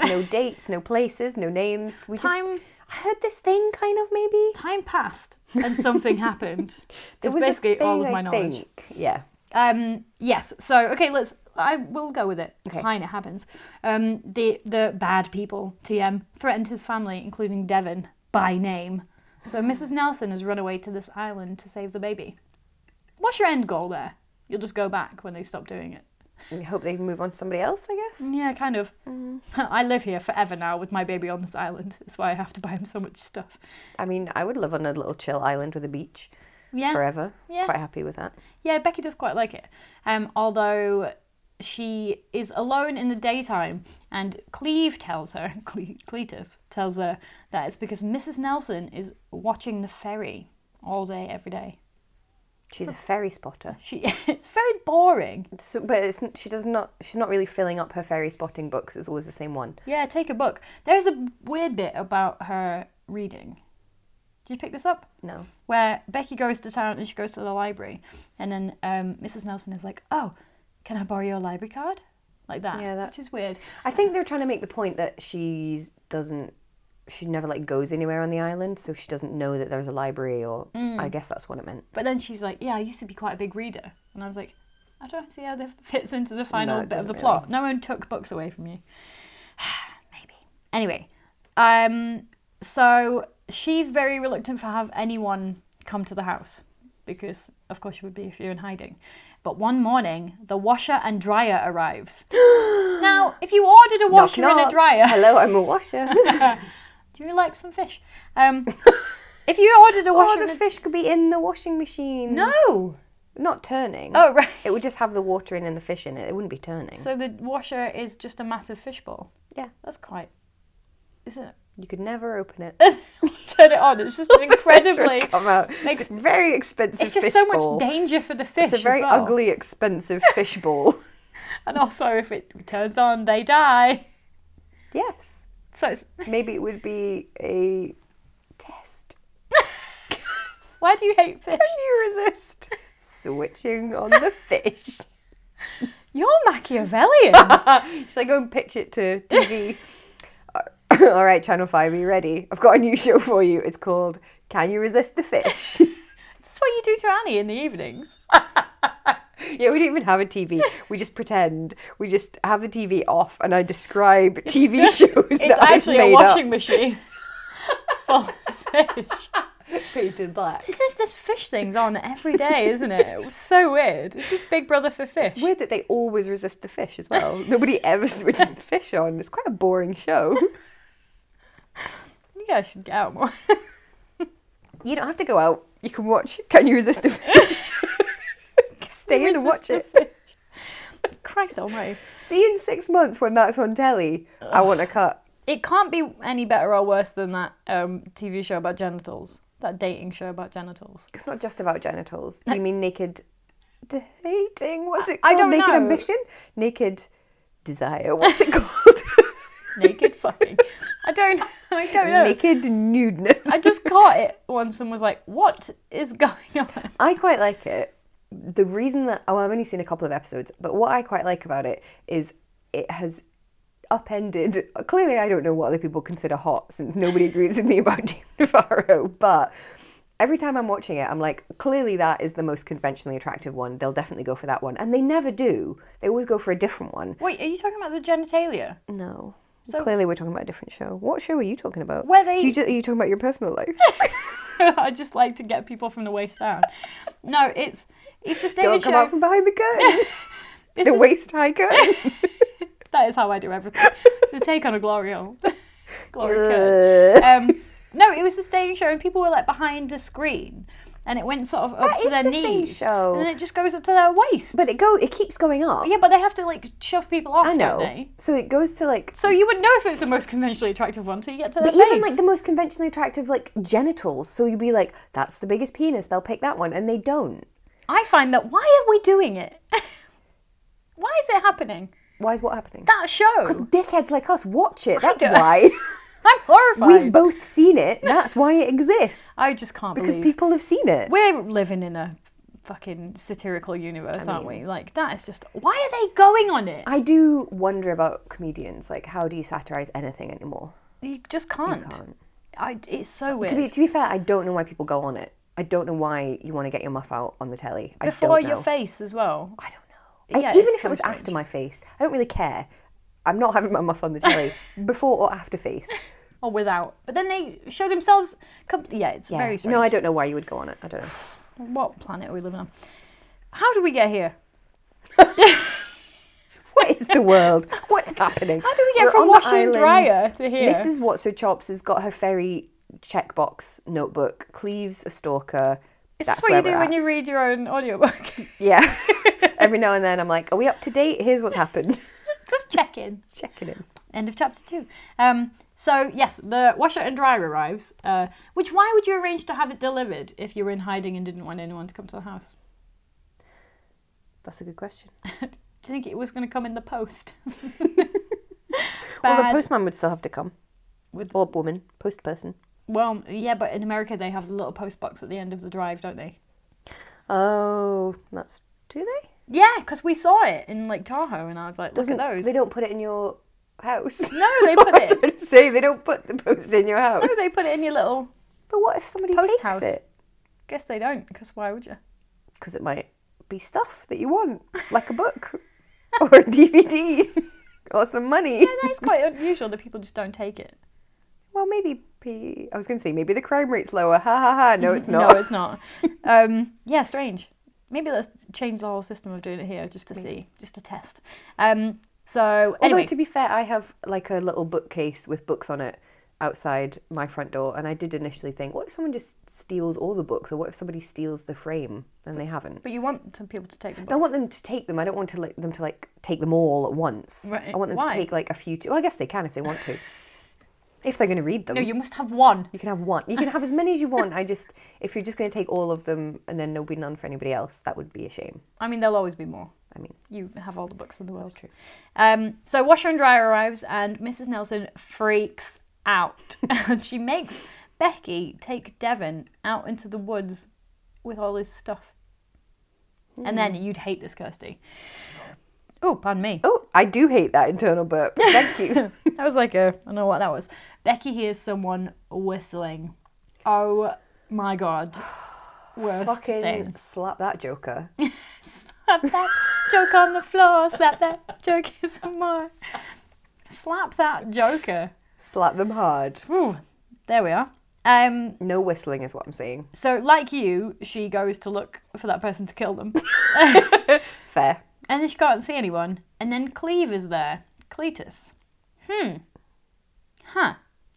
Speaker 1: <laughs>
Speaker 2: no dates, no places, no names. We
Speaker 1: time
Speaker 2: just I heard this thing kind of maybe.
Speaker 1: time passed, and something happened.
Speaker 2: <laughs> There
Speaker 1: It's
Speaker 2: was a
Speaker 1: basically all
Speaker 2: thing,
Speaker 1: of my
Speaker 2: I
Speaker 1: knowledge.
Speaker 2: think. Yeah.
Speaker 1: Um, yes. So okay, let's. I will go with it.
Speaker 2: Okay.
Speaker 1: Fine, it happens. Um, the the bad people, TM, threatened his family, including Devon, by name. So Mrs. Nelson has run away to this island to save the baby. What's your end goal there? You'll just go back when they stop doing it.
Speaker 2: We hope they move on to somebody else. I guess.
Speaker 1: Yeah, kind of. <laughs> I live here forever now with my baby on this island. That's why I have to buy him so much stuff.
Speaker 2: I mean, I would live on a little chill island with a beach
Speaker 1: Yeah.
Speaker 2: forever.
Speaker 1: Yeah.
Speaker 2: Quite happy with that.
Speaker 1: Yeah, Becky does quite like it. Um, although she is alone in the daytime, and Cleve tells her, <laughs> Cle- Cletus tells her that it's because Mrs. Nelson is watching the ferry all day, every day.
Speaker 2: She's a ferry spotter.
Speaker 1: She <laughs> it's very boring.
Speaker 2: So, but it's, n- she does not. She's not really filling up her fairy spotting books. It's always the same one.
Speaker 1: Yeah, take a book. There's a weird bit about her reading. Did you pick this up?
Speaker 2: No.
Speaker 1: where Becky goes to town and she goes to the library, and then um, Mrs. Nelson is like, "Oh, can I borrow your library card?" Like that.
Speaker 2: Yeah, that-
Speaker 1: which is weird.
Speaker 2: I think they're trying to make the point that she doesn't. She never like goes anywhere on the island, so she doesn't know that there's a library. Or
Speaker 1: Mm.
Speaker 2: I guess that's what it meant.
Speaker 1: But then she's like, "Yeah, I used to be quite a big reader," and I was like, "I don't see how that fits into the final
Speaker 2: No, it
Speaker 1: bit of the
Speaker 2: doesn't
Speaker 1: plot. No one took books away from you." <sighs> Maybe. Anyway, um, so she's very reluctant to have anyone come to the house because, of course, you would be if you're in hiding. But one morning, the washer and dryer
Speaker 2: <gasps>
Speaker 1: arrives. now, if you ordered a washer
Speaker 2: Knock,
Speaker 1: and a
Speaker 2: knock.
Speaker 1: dryer,
Speaker 2: Hello, I'm a washer.
Speaker 1: <laughs> do you like some fish? Um, if you ordered a washer
Speaker 2: <laughs> oh, the
Speaker 1: and a
Speaker 2: fish could be in the washing machine.
Speaker 1: no.
Speaker 2: Not turning.
Speaker 1: Oh right.
Speaker 2: It would just have the water in and the fish in it. It wouldn't be turning.
Speaker 1: So the washer is just a massive fishbowl.
Speaker 2: yeah.
Speaker 1: That's quite. Isn't it? <laughs>
Speaker 2: You could never open it.
Speaker 1: Turn it on. It's just <laughs> an incredibly.
Speaker 2: Come out.
Speaker 1: Makes-
Speaker 2: it's very expensive.
Speaker 1: It's just
Speaker 2: fish
Speaker 1: so
Speaker 2: bowl.
Speaker 1: much danger for the fish.
Speaker 2: It's a very
Speaker 1: as well.
Speaker 2: ugly,
Speaker 1: <laughs>
Speaker 2: expensive fish bowl.
Speaker 1: And also, if it turns on, they die.
Speaker 2: <laughs>
Speaker 1: <laughs>
Speaker 2: yes.
Speaker 1: So it's, <laughs>
Speaker 2: Maybe it would be a test.
Speaker 1: why do you hate fish?
Speaker 2: Can <laughs> you resist switching on the fish?
Speaker 1: <laughs> You're <laughs> Machiavellian.
Speaker 2: Should I go and pitch it to TV? <coughs> All right, Channel 5, are you ready? I've got a new show for you. It's called Can You Resist the Fish? <laughs>
Speaker 1: That's what you do to Annie in the evenings.
Speaker 2: yeah, we don't even have a TV. We just pretend. We just have the TV off and I describe TV shows
Speaker 1: It's
Speaker 2: that
Speaker 1: actually
Speaker 2: I've
Speaker 1: a
Speaker 2: made
Speaker 1: washing machine <laughs> full of fish.
Speaker 2: up. Painted black.
Speaker 1: This is this fish thing's on every day, isn't it? It was so weird. This is Big Brother for fish.
Speaker 2: It's weird that they always resist the fish as well. Nobody
Speaker 1: <laughs>
Speaker 2: ever switches the fish on. It's quite a boring show.
Speaker 1: Yeah, I should get out more. <laughs>
Speaker 2: You don't have to go out. You can watch <laughs> Can You Resist the Fish?
Speaker 1: <laughs>
Speaker 2: <laughs> Stay in and watch
Speaker 1: Resist
Speaker 2: it.
Speaker 1: Christ almighty.
Speaker 2: See you in six months when that's on telly. I want a cut.
Speaker 1: It can't be any better or worse than that um, TV show about genitals. That dating show about genitals. <laughs>
Speaker 2: It's not just about genitals. Do you mean naked dating? What's it
Speaker 1: I
Speaker 2: called?
Speaker 1: don't
Speaker 2: naked
Speaker 1: know.
Speaker 2: ambition? Naked desire. What's it <laughs> called?
Speaker 1: Naked fucking. I don't. <laughs> I don't know.
Speaker 2: naked nudeness.
Speaker 1: I just caught it once and was like, "What is going on?"
Speaker 2: I quite like it. The reason that oh, I've only seen a couple of episodes, but what I quite like about it is it has upended. Clearly, I don't know what other people consider hot, since nobody agrees with me about <laughs> Dave Navarro. But every time I'm watching it, I'm like, clearly that is the most conventionally attractive one. They'll definitely go for that one, and they never do. They always go for a different one.
Speaker 1: Wait, are you talking about the genitalia?
Speaker 2: No. Clearly, we're talking about a different show. What show are you talking about?
Speaker 1: Where they-
Speaker 2: Do you ju- are you talking about your personal <laughs> life?
Speaker 1: <laughs> I just like to get people from the waist down. No, it's it's this David
Speaker 2: Don't come
Speaker 1: show.
Speaker 2: <laughs> out from behind the curtain.
Speaker 1: This
Speaker 2: the
Speaker 1: is-
Speaker 2: waist high curtain.
Speaker 1: That is how I do <laughs> everything. It's a take on a glory hole. <laughs> glory curve.
Speaker 2: <laughs> Ugh.
Speaker 1: Um, no, it was the same show, and people were like behind a screen, and it went sort of up
Speaker 2: That
Speaker 1: to
Speaker 2: is
Speaker 1: their
Speaker 2: the same
Speaker 1: knees,
Speaker 2: show.
Speaker 1: and then it just goes up to their waist.
Speaker 2: But it go it keeps going up.
Speaker 1: yeah, but they have to like shove people off.
Speaker 2: I
Speaker 1: Don't
Speaker 2: know.
Speaker 1: they?
Speaker 2: So it goes to like
Speaker 1: So you would know if it was the most conventionally attractive one till you get to their
Speaker 2: But
Speaker 1: face.
Speaker 2: even like the most conventionally attractive like genitals. So you'd be like, that's the biggest penis, they'll pick that one and they don't.
Speaker 1: I find that why are we doing it? <laughs> why is it happening?
Speaker 2: Why is what happening?
Speaker 1: That show.
Speaker 2: Dickheads like us
Speaker 1: <laughs>
Speaker 2: watch it. That's
Speaker 1: don't-
Speaker 2: why.
Speaker 1: I'm horrified.
Speaker 2: We've both
Speaker 1: <laughs>
Speaker 2: seen it. That's why it exists.
Speaker 1: I just can't
Speaker 2: Because
Speaker 1: believe
Speaker 2: people have seen it.
Speaker 1: we're living in a fucking satirical universe, aren't we? Like that is just why are they going on it?
Speaker 2: I do wonder about comedians. Like, how do you satirize anything anymore?
Speaker 1: You just can't.
Speaker 2: can't.
Speaker 1: I, it's so weird.
Speaker 2: To be, to be fair, I don't know why people go on it. I don't know why you want to get your muff out on the telly. I
Speaker 1: Before
Speaker 2: don't know.
Speaker 1: your face as well.
Speaker 2: I don't know. I-
Speaker 1: Yeah,
Speaker 2: E, even
Speaker 1: it's
Speaker 2: if
Speaker 1: so
Speaker 2: it was
Speaker 1: strange.
Speaker 2: after my face, I don't really care. I'm not having my muff on the
Speaker 1: <laughs>
Speaker 2: telly before or after face.
Speaker 1: Or without. But then they show themselves. Com- yeah, it's
Speaker 2: Yeah.
Speaker 1: very strange.
Speaker 2: no, I don't know why you would go on it. I don't know. <laughs>
Speaker 1: What planet are we living on? How did we get here?
Speaker 2: What is
Speaker 1: <laughs>
Speaker 2: the world? What's happening? How
Speaker 1: do we get from washer and dryer to here?
Speaker 2: Mrs. Watso Chops has got her fairy checkbox notebook. Cleves a stalker.
Speaker 1: Is
Speaker 2: That's
Speaker 1: this what
Speaker 2: where
Speaker 1: you do
Speaker 2: we're
Speaker 1: when
Speaker 2: at.
Speaker 1: you read your own audiobook?
Speaker 2: <laughs>
Speaker 1: <laughs>
Speaker 2: Yeah. Every now and then, I'm like, "Are we up to date? Here's
Speaker 1: <laughs>
Speaker 2: what's happened."
Speaker 1: just check in.
Speaker 2: Checking in.
Speaker 1: End of chapter two. Um, so yes, the washer and dryer arrives. Uh, which why would you arrange to have it delivered if you were in hiding and didn't want anyone to come to the house? <laughs>
Speaker 2: That's a good question.
Speaker 1: Do you think it was going to come in the
Speaker 2: <laughs>
Speaker 1: post? <laughs>
Speaker 2: Well,
Speaker 1: Bad.
Speaker 2: the postman would still have to come. With or woman, post person.
Speaker 1: Well, yeah, but in America they have the little post box at the end of the drive, don't they?
Speaker 2: Oh, that's do they?
Speaker 1: Yeah, because we saw it in like Tahoe, and I was like, look
Speaker 2: Doesn't
Speaker 1: at those.
Speaker 2: they don't put it in your house?
Speaker 1: No,
Speaker 2: <laughs>
Speaker 1: they put
Speaker 2: I was
Speaker 1: it-
Speaker 2: trying to say they don't put the post in your house.
Speaker 1: No, they put it in your little.
Speaker 2: But what if somebody
Speaker 1: Post
Speaker 2: takes
Speaker 1: house.
Speaker 2: it?
Speaker 1: Guess they don't, because why would you?
Speaker 2: because it might be stuff that you want, like a book <laughs> or a DVD <laughs> or some money.
Speaker 1: That is quite unusual that people just don't take it.
Speaker 2: <laughs> Well, maybe p. I was going to say maybe the crime rate's lower. Ha ha ha. No,
Speaker 1: <laughs>
Speaker 2: it's
Speaker 1: No,
Speaker 2: not.
Speaker 1: it's not. um, yeah, strange. Maybe let's change the whole system of doing it here just to see, just to test. Um, so
Speaker 2: <laughs> Although
Speaker 1: anyway,
Speaker 2: to be fair, I have like a little bookcase with books on it outside my front door, and I did initially think, what if someone just steals all the books, or what if somebody steals the frame and they haven't?
Speaker 1: but you want some people to take the book.
Speaker 2: I want them to take them. I don't want to like, them to like take them all at once.
Speaker 1: Right.
Speaker 2: I want them
Speaker 1: Why?
Speaker 2: to take like a few. To- well, I guess they can if they want to,
Speaker 1: <laughs>
Speaker 2: if they're going to read them.
Speaker 1: No, you must have one.
Speaker 2: You can have one. You can have as many as you want.
Speaker 1: <laughs>
Speaker 2: I just, if you're just going to take all of them and then there'll be none for anybody else, that would be a shame.
Speaker 1: I mean, there'll always be more.
Speaker 2: I mean,
Speaker 1: You have all the books in the world.
Speaker 2: that's true.
Speaker 1: Um, so washer and dryer arrives, and Mrs. Nelson freaks
Speaker 2: <laughs>
Speaker 1: out. And she makes Becky take Devon out into the woods with all his stuff. And
Speaker 2: Hmm.
Speaker 1: then you'd hate this, Kirsty. Oh, pardon me.
Speaker 2: Oh, I do hate that internal burp.
Speaker 1: <laughs>
Speaker 2: Thank you.
Speaker 1: That was like a I don't know what that was. Becky hears someone whistling. Oh my god.
Speaker 2: <sighs>
Speaker 1: Worst
Speaker 2: Fucking
Speaker 1: thing.
Speaker 2: slap that joker.
Speaker 1: Slap that joke on the floor. Slap that joker some more. Slap that joker.
Speaker 2: Slap them hard.
Speaker 1: Ooh, there we are. Um,
Speaker 2: No whistling is what I'm saying.
Speaker 1: so like you, she goes to look for that person to kill them. <laughs>
Speaker 2: Fair.
Speaker 1: and then she can't see anyone. And then Cleve is there. Cletus. Hmm. Huh.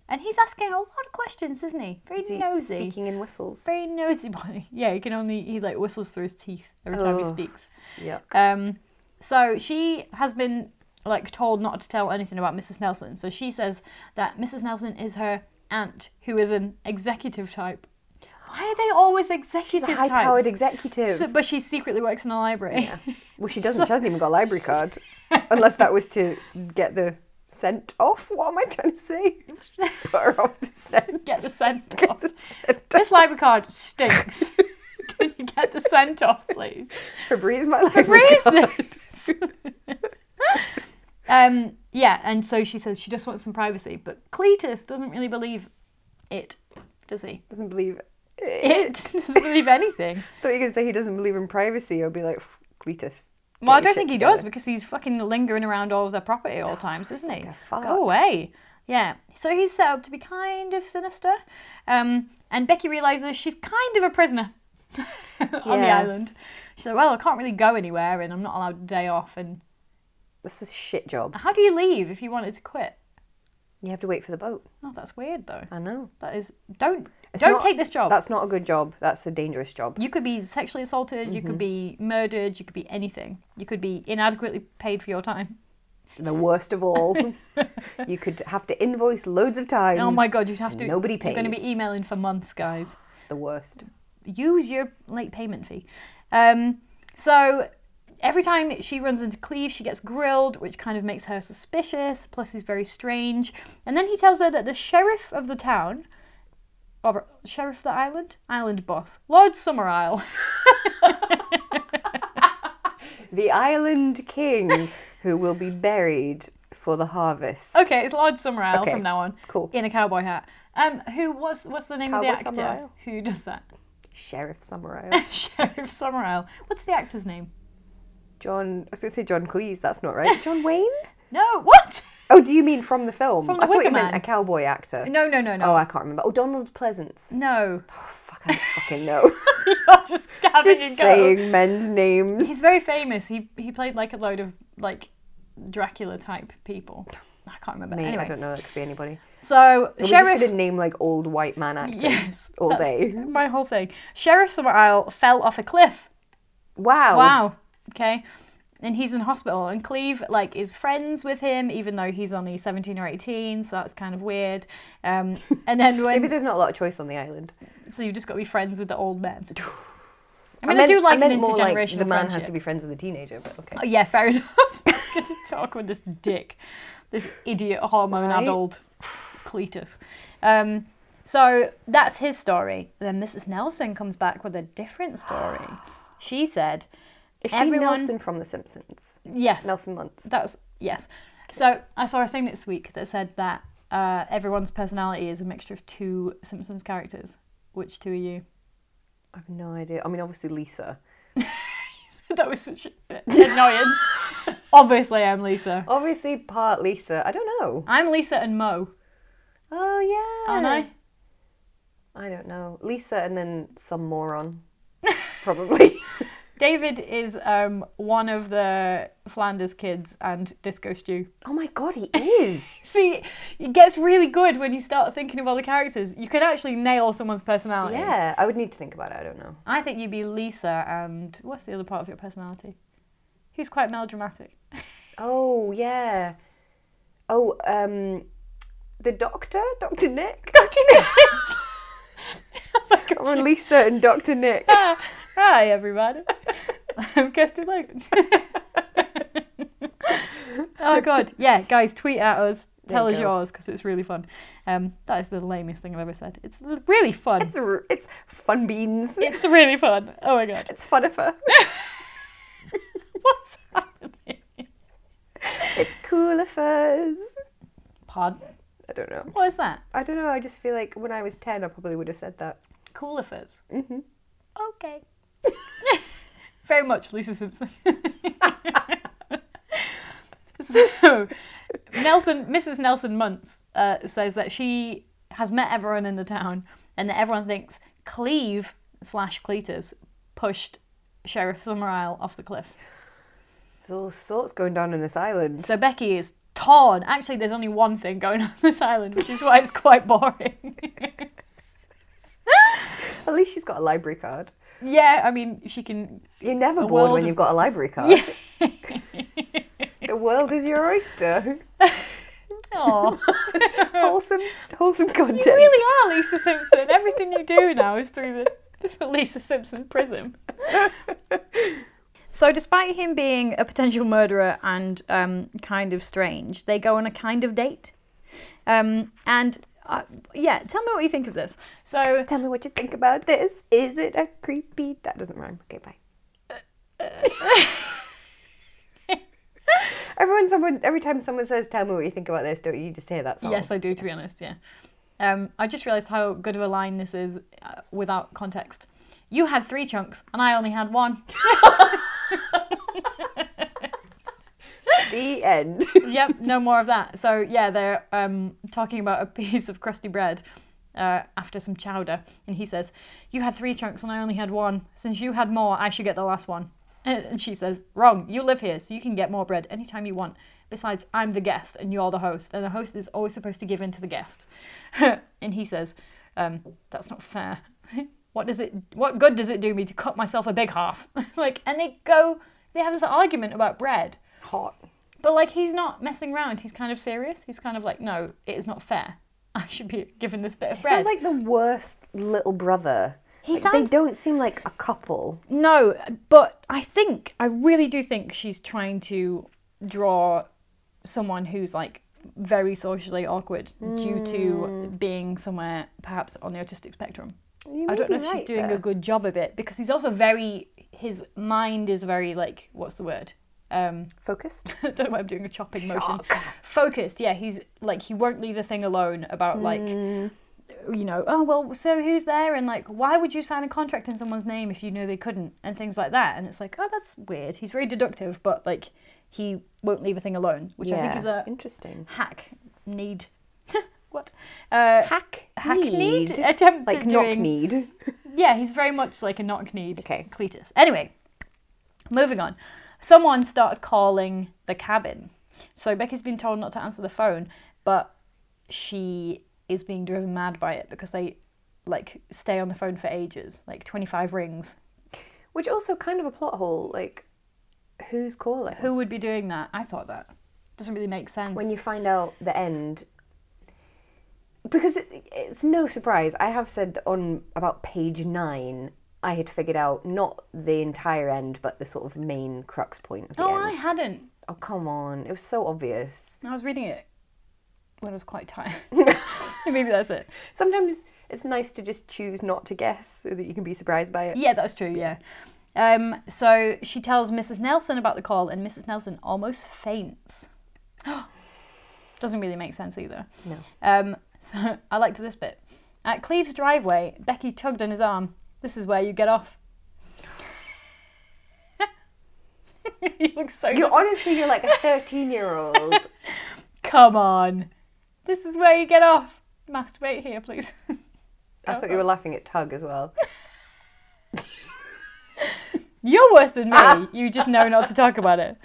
Speaker 1: And he's asking a lot of questions, isn't he? Very nosy.
Speaker 2: Speaking in whistles.
Speaker 1: very nosy <laughs> boy. Yeah, he can only he like whistles through his teeth every time he
Speaker 2: Ugh.
Speaker 1: speaks.
Speaker 2: Yeah.
Speaker 1: Um, so she has been like told not to tell anything about Mrs. Nelson. So she says that Mrs. Nelson is her aunt, who is an executive type. Why are they always
Speaker 2: She's
Speaker 1: executive
Speaker 2: a high-powered
Speaker 1: types?
Speaker 2: executive.
Speaker 1: So- but she secretly works in a library.
Speaker 2: yeah. Well, she doesn't. She hasn't even got a library card. Unless that was to get the scent off. What am I trying
Speaker 1: <laughs>
Speaker 2: to say? Put her off the scent.
Speaker 1: <laughs> Get the
Speaker 2: <laughs>
Speaker 1: scent off. this library card stinks. <laughs> Can you get the scent off, please?
Speaker 2: Febreze Oh
Speaker 1: <laughs>
Speaker 2: my library
Speaker 1: Raise this. <laughs> um, yeah, and so she says she just wants some privacy, but Cletus doesn't really believe it, does he?
Speaker 2: doesn't believe
Speaker 1: It <laughs> doesn't believe anything.
Speaker 2: <laughs> thought you were going to say he doesn't believe in privacy. I'll be like, "Pff, Cletus.
Speaker 1: Well, I don't
Speaker 2: Get your shit
Speaker 1: think he
Speaker 2: together." Oh,
Speaker 1: does because he's fucking lingering around all of their property at all times, isn't he?
Speaker 2: like a fart.
Speaker 1: Go away. Yeah. So he's set up to be kind of sinister, um, and Becky realizes she's kind of a prisoner. <laughs> on the
Speaker 2: Yeah.
Speaker 1: island. She's like, well, I can't really go anywhere, and I'm not allowed a day off. And
Speaker 2: This is a shit job.
Speaker 1: how do you leave if you wanted to quit?
Speaker 2: You have to wait for the boat.
Speaker 1: Oh, that's weird though.
Speaker 2: I know.
Speaker 1: That is don't
Speaker 2: It's
Speaker 1: don't
Speaker 2: not-
Speaker 1: take this job.
Speaker 2: That's not a good job. That's a dangerous job.
Speaker 1: You could be sexually assaulted. You could
Speaker 2: Mm-hmm.
Speaker 1: be murdered. You could be anything. You could be inadequately paid for your time.
Speaker 2: The worst
Speaker 1: <laughs>
Speaker 2: of all, you could have to invoice loads of times.
Speaker 1: oh my god, you'd have to.
Speaker 2: Nobody
Speaker 1: You're going to
Speaker 2: pays.
Speaker 1: be emailing for months, guys.
Speaker 2: The worst.
Speaker 1: use your late payment fee. Um, so every time she runs into Cleve, she gets grilled, which kind of makes her suspicious, plus he's very strange. And then he tells her that the sheriff of the town, or sheriff of the island? Island boss, Lord Summerisle.
Speaker 2: The island king who will be buried for the harvest.
Speaker 1: okay, it's Lord Summerisle
Speaker 2: Okay,
Speaker 1: from now on.
Speaker 2: cool.
Speaker 1: In a cowboy hat. Um, who, what's, what's the name
Speaker 2: Cowboy
Speaker 1: of the actor
Speaker 2: Summerisle?
Speaker 1: who does that? <laughs>
Speaker 2: Sheriff Samurai.
Speaker 1: sheriff Summerisle. What's the actor's name?
Speaker 2: John, I was going to say John Cleese, that's not right. John Wayne?
Speaker 1: No, what?
Speaker 2: Oh, do you mean from the film?
Speaker 1: From The
Speaker 2: I thought you
Speaker 1: Wicker
Speaker 2: meant
Speaker 1: Man.
Speaker 2: a cowboy actor.
Speaker 1: No, no, no,
Speaker 2: Oh,
Speaker 1: no.
Speaker 2: I can't remember. Oh, Donald Pleasance. <laughs>
Speaker 1: no. <laughs>
Speaker 2: Oh, fuck, I don't fucking know.
Speaker 1: You're just having
Speaker 2: Just
Speaker 1: a go.
Speaker 2: saying men's names.
Speaker 1: He's very famous. He he played like a load of like Dracula type people. I can't remember.
Speaker 2: Mate, I
Speaker 1: anyway,
Speaker 2: don't know. That could be anybody.
Speaker 1: so
Speaker 2: We're just
Speaker 1: sheriff.
Speaker 2: going to name like old white man actors
Speaker 1: Yes,
Speaker 2: all
Speaker 1: that's
Speaker 2: day.
Speaker 1: My whole thing. Sheriff Summerisle fell off a cliff.
Speaker 2: Wow.
Speaker 1: Wow. Okay. And he's in hospital, and Cleve like is friends with him, even though he's only seventeen or eighteen, so that's kind of weird.
Speaker 2: <laughs>
Speaker 1: Um, and then when
Speaker 2: Maybe there's not a lot of choice on the island.
Speaker 1: so you've just got to be friends with the old
Speaker 2: <sighs>
Speaker 1: men. I
Speaker 2: I
Speaker 1: mean, I,
Speaker 2: meant-
Speaker 1: do like
Speaker 2: I meant
Speaker 1: an
Speaker 2: more like
Speaker 1: intergenerational
Speaker 2: the man
Speaker 1: friendship.
Speaker 2: has to be friends with a teenager, but okay.
Speaker 1: <laughs> Oh, yeah, fair
Speaker 2: <laughs>
Speaker 1: enough. <laughs> Get to talk with this dick, this idiot hormone
Speaker 2: Right.
Speaker 1: addled Cletus. Um, so that's his story. Then Mrs. Nelson comes back with a different
Speaker 2: <gasps>
Speaker 1: story. She said,
Speaker 2: Is she
Speaker 1: everyone-
Speaker 2: Nelson from The Simpsons?
Speaker 1: "Yes,
Speaker 2: Nelson Muntz.
Speaker 1: that's yes." So I saw a thing this week that said that uh, everyone's personality is a mixture of two Simpsons characters. Which two are you? <laughs>
Speaker 2: I have no idea. I mean, obviously Lisa.
Speaker 1: that was such an annoyance. Obviously, I'm Lisa.
Speaker 2: Obviously part Lisa. I don't know.
Speaker 1: I'm Lisa and Mo,
Speaker 2: Oh yeah.
Speaker 1: aren't I?
Speaker 2: I don't know. Lisa and then some <laughs> moron. Probably.
Speaker 1: David is um, one of the Flanders kids and Disco Stew.
Speaker 2: oh my god, he is.
Speaker 1: See, it gets really good when you start thinking of all the characters. You can actually nail someone's personality.
Speaker 2: <laughs> yeah. I would need to think about it. I don't know.
Speaker 1: I think you'd be Lisa and what's the other part of your personality? Who's quite melodramatic?
Speaker 2: Oh yeah. Oh, um the doctor? Dr. <laughs> Nick?
Speaker 1: Dr. Nick.
Speaker 2: Oh, Lisa and Dr. Nick.
Speaker 1: <laughs> Hi, everybody. I'm Kirsty
Speaker 2: <laughs>
Speaker 1: Logan. oh, God. Yeah, guys, tweet at us.
Speaker 2: There
Speaker 1: Tell
Speaker 2: you
Speaker 1: us
Speaker 2: go.
Speaker 1: yours because it's really fun. Um, that is the lamest thing I've ever said. It's really fun.
Speaker 2: <laughs> It's r- it's fun beans.
Speaker 1: It's really fun. Oh my god.
Speaker 2: It's funifer.
Speaker 1: <laughs> What's happening?
Speaker 2: <laughs> It's coolifers.
Speaker 1: Pardon?
Speaker 2: I don't know.
Speaker 1: What is that?
Speaker 2: I don't know. I just feel like when I was 10, I probably would have said that.
Speaker 1: Coolifers. Mm-hmm. Okay. <laughs> Very much Lisa Simpson. <laughs> so, Nelson, Mrs. Nelson Muntz uh, says that she has met everyone in the town and that everyone thinks Cleve slash Cletus pushed Sheriff Summerisle off the cliff.
Speaker 2: There's all sorts going down on this island.
Speaker 1: So Becky is torn. Actually, there's only one thing going on <laughs> this island, which is why it's quite boring.
Speaker 2: At least she's got a library card.
Speaker 1: yeah, I mean, she can.
Speaker 2: You're
Speaker 1: A
Speaker 2: never bored
Speaker 1: world
Speaker 2: when
Speaker 1: of-
Speaker 2: you've got a library card.
Speaker 1: Yeah.
Speaker 2: <laughs> The world is your
Speaker 1: <laughs>
Speaker 2: oyster.
Speaker 1: Aw.
Speaker 2: wholesome, wholesome content.
Speaker 1: you really are Lisa Simpson. Everything you do now is through the, the <laughs> Lisa Simpson prism. So, despite him being a potential murderer and um, kind of strange, they go on a kind of date. Um, and uh, yeah, tell me what you think of this. So,
Speaker 2: Tell me what you think about this. Is it a creepy? That doesn't rhyme. Okay, bye.
Speaker 1: <laughs>
Speaker 2: Everyone, someone, every time someone says, "Tell me what you think about this," don't you just hear that song?
Speaker 1: Yes, I do. To be honest, yeah. Um, I just realised how good of a line this is uh, without context. You had three chunks, and I only had one.
Speaker 2: The end. <laughs>
Speaker 1: yep, no more of that. So yeah, they're um, talking about a piece of crusty bread, uh, after some chowder, and he says, "You had three chunks and I only had one. Since you had more, I should get the last one." And and she says, "Wrong. You live here, so you can get more bread anytime you want. Besides, I'm the guest and you're the host, and the host is always supposed to give in to the guest." <laughs> and he says, um, "That's not fair. <laughs> what does it? What good does it do me to cut myself a big half?" <laughs> like, and they go, they have this argument about bread.
Speaker 2: Hot.
Speaker 1: But like he's not messing around. He's kind of serious. He's kind of like, no, it is not fair. <laughs> I should be given this bit of bread.
Speaker 2: Sounds like the worst little brother.
Speaker 1: He
Speaker 2: Like,
Speaker 1: sounds-
Speaker 2: They don't seem like a couple.
Speaker 1: no, but I think I really do think she's trying to draw someone who's like very socially awkward due to being somewhere perhaps on the autistic spectrum.
Speaker 2: Mm. You
Speaker 1: I
Speaker 2: may
Speaker 1: don't know
Speaker 2: be
Speaker 1: if
Speaker 2: right
Speaker 1: she's doing
Speaker 2: there.
Speaker 1: a good job of it because he's also very his mind is very like what's the word? Um <laughs>
Speaker 2: Focused.
Speaker 1: I don't know why I'm doing a chopping motion. Focused, yeah. He's like he won't leave a thing alone about like
Speaker 2: Mm.
Speaker 1: you know, oh well so who's there and like why would you sign a contract in someone's name if you knew they couldn't and things like that. And it's like, oh that's weird. He's very deductive, but like he won't leave a thing alone, which I think is a
Speaker 2: interesting
Speaker 1: hack need <laughs> what? Uh
Speaker 2: hack
Speaker 1: hackneyed
Speaker 2: need.
Speaker 1: attempt
Speaker 2: like
Speaker 1: at
Speaker 2: knock
Speaker 1: doing
Speaker 2: need.
Speaker 1: <laughs> yeah, he's very much like a knock kneed
Speaker 2: Okay.
Speaker 1: Cletus. Anyway, moving on. Someone starts calling the cabin. So Becky's been told not to answer the phone, but she is being driven mad by it because they like stay on the phone for ages, like 25 rings.
Speaker 2: Which also kind of a plot hole. Like, who's calling?
Speaker 1: Who would be doing that? I thought that. Doesn't really make sense.
Speaker 2: when you find out the end because it, it's no surprise i have said on about page nine i had figured out not the entire end but the sort of main crux point of the
Speaker 1: Oh, I
Speaker 2: end
Speaker 1: hadn't.
Speaker 2: oh come on it was so obvious
Speaker 1: I was reading it when I was quite
Speaker 2: <laughs>
Speaker 1: tired. <laughs> Maybe that's it.
Speaker 2: sometimes it's nice to just choose not to guess so that you can be surprised by it
Speaker 1: Yeah, that's true. Yeah. Um, so she tells Mrs. Nelson about the call, and Mrs. Nelson almost faints. <gasps> Doesn't really make sense either.
Speaker 2: No.
Speaker 1: Um, <laughs> so I liked this bit. At Cleve's driveway, Becky tugged on his arm. This is where you get off. <laughs> you look so.
Speaker 2: you
Speaker 1: dis-
Speaker 2: honestly you're like a 13
Speaker 1: <laughs>
Speaker 2: year old
Speaker 1: Come on. This is where you get off. Masturbate here, please. <laughs>
Speaker 2: i thought you were laughing at tug as well
Speaker 1: You're worse than me. You just know not to talk about it.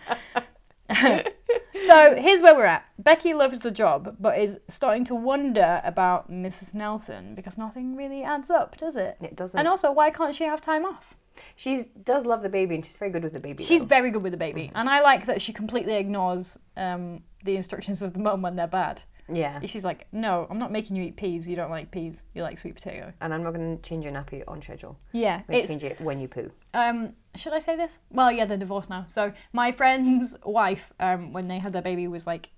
Speaker 1: so here's where we're at. Becky loves the job, but is starting to wonder about Mrs. Nelson because nothing really adds up, does it?
Speaker 2: it doesn't
Speaker 1: And also, why can't she have time off?
Speaker 2: she does love the baby and she's very good with the baby
Speaker 1: She's
Speaker 2: though.
Speaker 1: very good with the baby, and I like that she completely ignores um, the instructions of the mum when they're bad.
Speaker 2: yeah
Speaker 1: She's like, "No, I'm not making you eat peas. You don't like peas. You like sweet potato."
Speaker 2: and i'm not going to change your nappy on schedule
Speaker 1: Yeah,
Speaker 2: i'm going
Speaker 1: it's
Speaker 2: to change it when you poo
Speaker 1: um should i say this well yeah they're divorced now so my friend's <laughs> wife um when they had their baby was like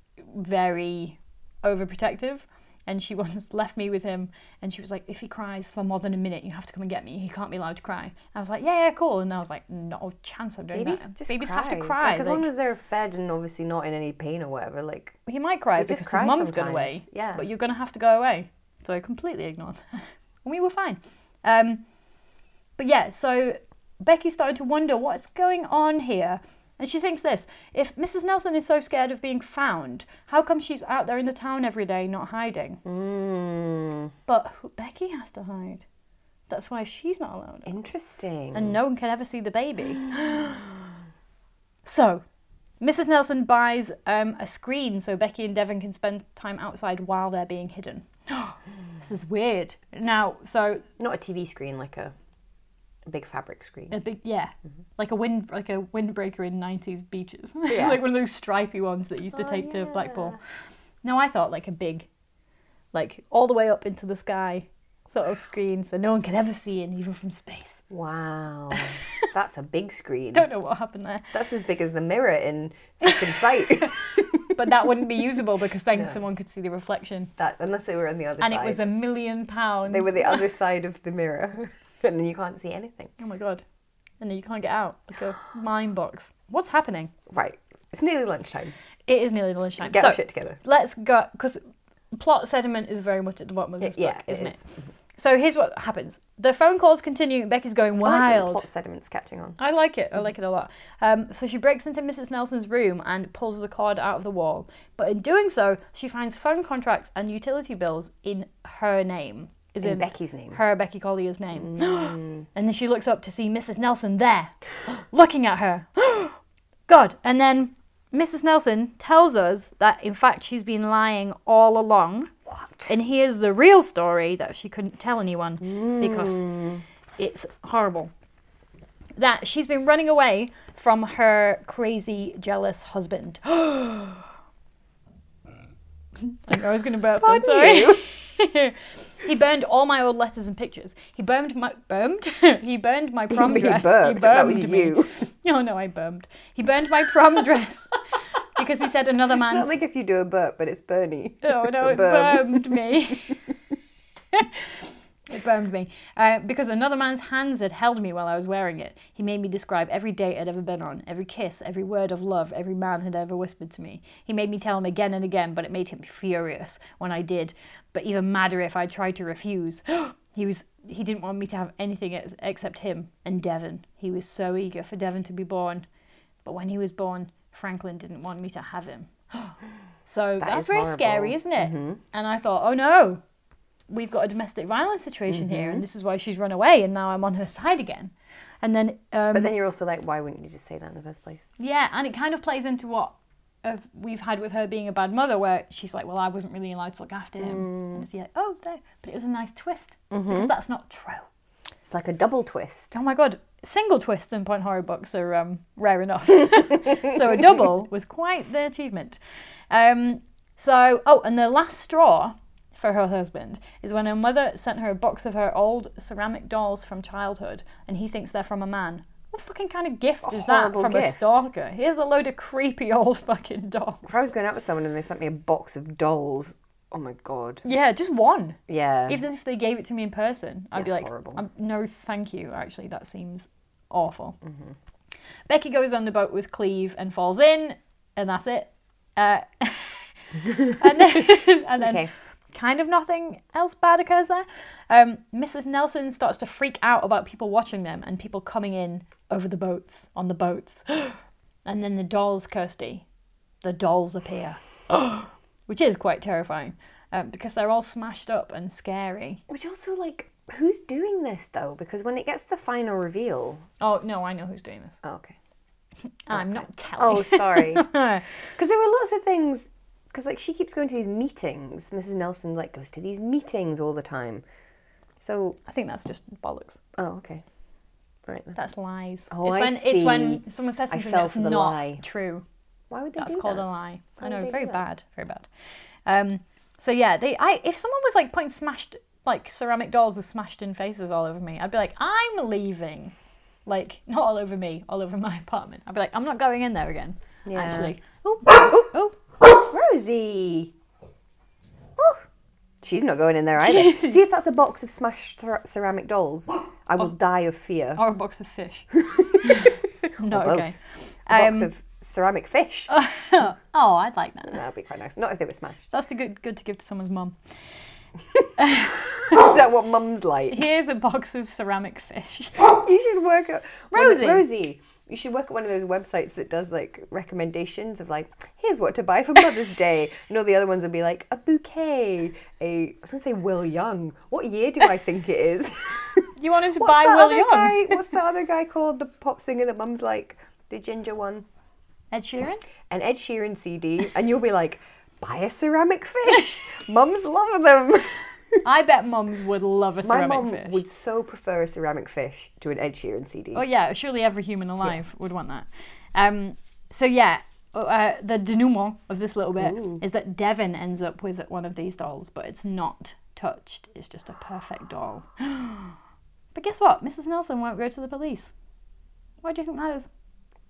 Speaker 1: very overprotective and she <laughs> once left me with him and she was like if he cries for more than a minute you have to come and get me he can't be allowed to cry i was like yeah yeah cool and i was like no chance i'm doing
Speaker 2: Babies
Speaker 1: that
Speaker 2: just
Speaker 1: babies
Speaker 2: cry.
Speaker 1: have to cry
Speaker 2: Like, as
Speaker 1: like,
Speaker 2: long as they're fed and obviously not in any pain or whatever. Like,
Speaker 1: he might cry
Speaker 2: they
Speaker 1: because
Speaker 2: just
Speaker 1: his
Speaker 2: cry
Speaker 1: mum's gone
Speaker 2: sometimes.
Speaker 1: away
Speaker 2: Yeah.
Speaker 1: but you're gonna have to go away so i completely ignored that <laughs> and we were fine um But yeah, so Becky started to wonder what's going on here. And she thinks this if Mrs. Nelson is so scared of being found, how come she's out there in the town every day not hiding?
Speaker 2: mm,
Speaker 1: But who- Becky has to hide. That's why she's not allowed.
Speaker 2: interesting.
Speaker 1: And no one can ever see the baby. <gasps> so, Mrs. Nelson buys um, a screen so Becky and Devon can spend time outside while they're being hidden. <gasps> this is weird. Now, so
Speaker 2: not a TV screen, like a, a big fabric screen.
Speaker 1: A big yeah,
Speaker 2: Mm-hmm.
Speaker 1: like a wind like a windbreaker in nineties beaches, <laughs>
Speaker 2: Yeah.
Speaker 1: like one of those stripy ones that used to
Speaker 2: Oh,
Speaker 1: take to
Speaker 2: yeah.
Speaker 1: Blackpool. No, I thought like a big, like all the way up into the sky, sort of screen, so no one could ever see in even from space. <laughs>
Speaker 2: Wow, that's a big screen.
Speaker 1: Don't know what happened there,
Speaker 2: That's as big as the mirror in Second
Speaker 1: <laughs>
Speaker 2: Sight. <laughs>
Speaker 1: but that wouldn't be usable because then
Speaker 2: No.
Speaker 1: someone could see the reflection.
Speaker 2: that unless they were on the other
Speaker 1: and
Speaker 2: side.
Speaker 1: it was a million pounds.
Speaker 2: they were the other side of the mirror, <laughs> and then you can't see anything.
Speaker 1: oh my god, and then you can't get out like a mine box. What's happening?
Speaker 2: Right. It's nearly lunchtime.
Speaker 1: It is nearly lunchtime.
Speaker 2: Get
Speaker 1: so
Speaker 2: our shit together.
Speaker 1: let's go because plot sediment is very much at the bottom of this
Speaker 2: yeah,
Speaker 1: book,
Speaker 2: it
Speaker 1: isn't it?
Speaker 2: is.
Speaker 1: So here's what happens. The phone calls continue. Becky's going
Speaker 2: I like that the
Speaker 1: wild.
Speaker 2: plot Mm. sediment's catching on.
Speaker 1: I like it. I like it a lot. Um, so she breaks into Mrs. Nelson's room and pulls the cord out of the wall. But in doing so, she finds phone contracts and utility bills in her name. is
Speaker 2: In
Speaker 1: in
Speaker 2: Becky's name. Mm.
Speaker 1: her Becky Collier's name. <gasps> and then she looks up to see Mrs. Nelson there, <gasps> looking at her. <gasps> God. And then Mrs. Nelson tells us that in fact she's been lying all along.
Speaker 2: What?
Speaker 1: And here's the real story that she couldn't tell anyone because
Speaker 2: Mm.
Speaker 1: it's horrible. That she's been running away from her crazy, jealous husband. <gasps> I know I was going to burp. I'm
Speaker 2: Pardon
Speaker 1: <laughs> sorry.
Speaker 2: you.
Speaker 1: he burned all my old letters and pictures. He burned my burned. <laughs> he burned
Speaker 2: <laughs>
Speaker 1: my prom
Speaker 2: He
Speaker 1: dress.
Speaker 2: burped. That was
Speaker 1: burned
Speaker 2: you.
Speaker 1: Oh <laughs> no, I burned. He burned my prom <laughs> dress because he said another
Speaker 2: It's
Speaker 1: man's
Speaker 2: not like if you do a burp, but it's Bernie.
Speaker 1: <laughs> Oh no, it
Speaker 2: Burn.
Speaker 1: burned me. <laughs> it burned me uh, because another man's hands had held me while I was wearing it. He made me describe every date I'd ever been on, every kiss, every word of love every man had ever whispered to me. He made me tell him again and again, but it made him furious when I did. But even madder if I tried to refuse. <gasps> he was he didn't want me to have anything ex- except him and Devon. He was so eager for Devon to be born, but when he was born, Franklin didn't want me to have him. So
Speaker 2: That
Speaker 1: that's
Speaker 2: is
Speaker 1: very scary,
Speaker 2: horrible. Mm-hmm.
Speaker 1: isn't it? And I thought, oh no, we've got a domestic violence situation here,
Speaker 2: Mm-hmm.
Speaker 1: and this is why she's run away, and now I'm on her side again. And then, um,
Speaker 2: But then you're also like, why wouldn't you just say that in the first place?
Speaker 1: yeah, and it kind of plays into what uh, we've had with her being a bad mother, where she's like, well, I wasn't really allowed to look after him.
Speaker 2: Mm.
Speaker 1: And it's like, oh, no. But it was a nice twist,
Speaker 2: Mm-hmm.
Speaker 1: because that's not true.
Speaker 2: It's like a double twist.
Speaker 1: Oh my god, single twist and point horror books are um, rare enough. <laughs> so a double was quite the achievement. Um, so, oh, and the last straw for her husband is when her mother sent her a box of her old ceramic dolls from childhood, and he thinks they're from a man. What fucking kind of gift is that
Speaker 2: horrible
Speaker 1: from a
Speaker 2: gift.
Speaker 1: stalker? Here's a load of creepy old <laughs> fucking dolls.
Speaker 2: If I was going out with someone and they sent me a box of dolls, oh my god.
Speaker 1: Yeah, just one.
Speaker 2: Yeah.
Speaker 1: Even if they gave it to me in person, I'd be
Speaker 2: That's
Speaker 1: like,
Speaker 2: horrible.
Speaker 1: "Um, no, thank you. Actually, that seems awful.
Speaker 2: Mm-hmm.
Speaker 1: Becky goes on the boat with Cleve and falls in, and that's it. Uh, <laughs> and then, <laughs> and then
Speaker 2: Okay.
Speaker 1: kind of nothing else bad occurs there. Um, Mrs. Nelson starts to freak out about people watching them and people coming in over the boats, on the boats. <gasps> and then the dolls, Kirsty. The dolls appear, <gasps> which is quite terrifying um, because they're all smashed up and scary.
Speaker 2: Which also, like, who's doing this though? Because when it gets to the final reveal.
Speaker 1: Oh, no, I know who's doing this.
Speaker 2: Oh, okay.
Speaker 1: I'm not telling.
Speaker 2: Oh, <laughs> sorry.
Speaker 1: Oh.
Speaker 2: Because there were lots of things. Because like she keeps going to these meetings. Mrs. Nelson like goes to these meetings all the time. So
Speaker 1: <laughs> I think that's just bollocks.
Speaker 2: oh okay, all right. Then.
Speaker 1: That's lies.
Speaker 2: Oh,
Speaker 1: it's
Speaker 2: I
Speaker 1: when it's when
Speaker 2: see.
Speaker 1: someone says
Speaker 2: I
Speaker 1: something
Speaker 2: fell
Speaker 1: that's
Speaker 2: for the
Speaker 1: not
Speaker 2: lie.
Speaker 1: true.
Speaker 2: Why would they
Speaker 1: That's
Speaker 2: do
Speaker 1: called
Speaker 2: that?
Speaker 1: a lie. I
Speaker 2: Why would
Speaker 1: know,
Speaker 2: they
Speaker 1: very
Speaker 2: do
Speaker 1: bad, very bad. Um, so yeah, they. I if someone was like putting smashed like ceramic dolls with smashed in faces all over me, I'd be like, I'm leaving. Like <laughs> not all over me, all over my apartment. I'd be like, I'm not going in there again.
Speaker 2: Yeah.
Speaker 1: Actually, oh, oh,
Speaker 2: Rosie. Oh, she's not going in there either. See if that's a box of smashed cer- ceramic dolls. I will die of fear.
Speaker 1: or a box of
Speaker 2: <laughs>
Speaker 1: fish. <laughs> no,
Speaker 2: both.
Speaker 1: okay. <laughs>
Speaker 2: A box
Speaker 1: um,
Speaker 2: of ceramic fish.
Speaker 1: Oh, I'd like that.
Speaker 2: That would be quite nice. Not if they were smashed. <laughs>
Speaker 1: That's the good good to give to someone's mum.
Speaker 2: Is that what mum's like?
Speaker 1: Here's a box of ceramic
Speaker 2: <laughs>
Speaker 1: fish.
Speaker 2: you should work at one of-
Speaker 1: Rosie.
Speaker 2: Rosie. You should work at one of those websites that does like recommendations of like, here's what to buy for
Speaker 1: <laughs>
Speaker 2: Mother's Day, and all the other ones would be like a bouquet, a I was gonna say Will Young. What year do I think it is?
Speaker 1: <laughs> You want him to
Speaker 2: What's
Speaker 1: buy
Speaker 2: that
Speaker 1: Will
Speaker 2: other
Speaker 1: Young? <laughs>
Speaker 2: guy? What's the other guy called? The pop singer that Mum's like the ginger one,
Speaker 1: Ed Sheeran.
Speaker 2: an Ed Sheeran CD, and you'll be like, buy a ceramic
Speaker 1: <laughs>
Speaker 2: fish. Mums love them.
Speaker 1: I bet mums would love a
Speaker 2: <laughs> My
Speaker 1: ceramic
Speaker 2: mum
Speaker 1: fish.
Speaker 2: would so prefer a ceramic fish to an Ed Sheeran CD.
Speaker 1: Oh yeah, surely every human alive would want that. Um, so yeah, uh, the denouement of this little bit is that Devon ends up with one of these dolls, but it's not touched. It's just a perfect
Speaker 2: <gasps>
Speaker 1: doll. but guess what? Mrs. Nelson won't go to the police. Why do you think that is?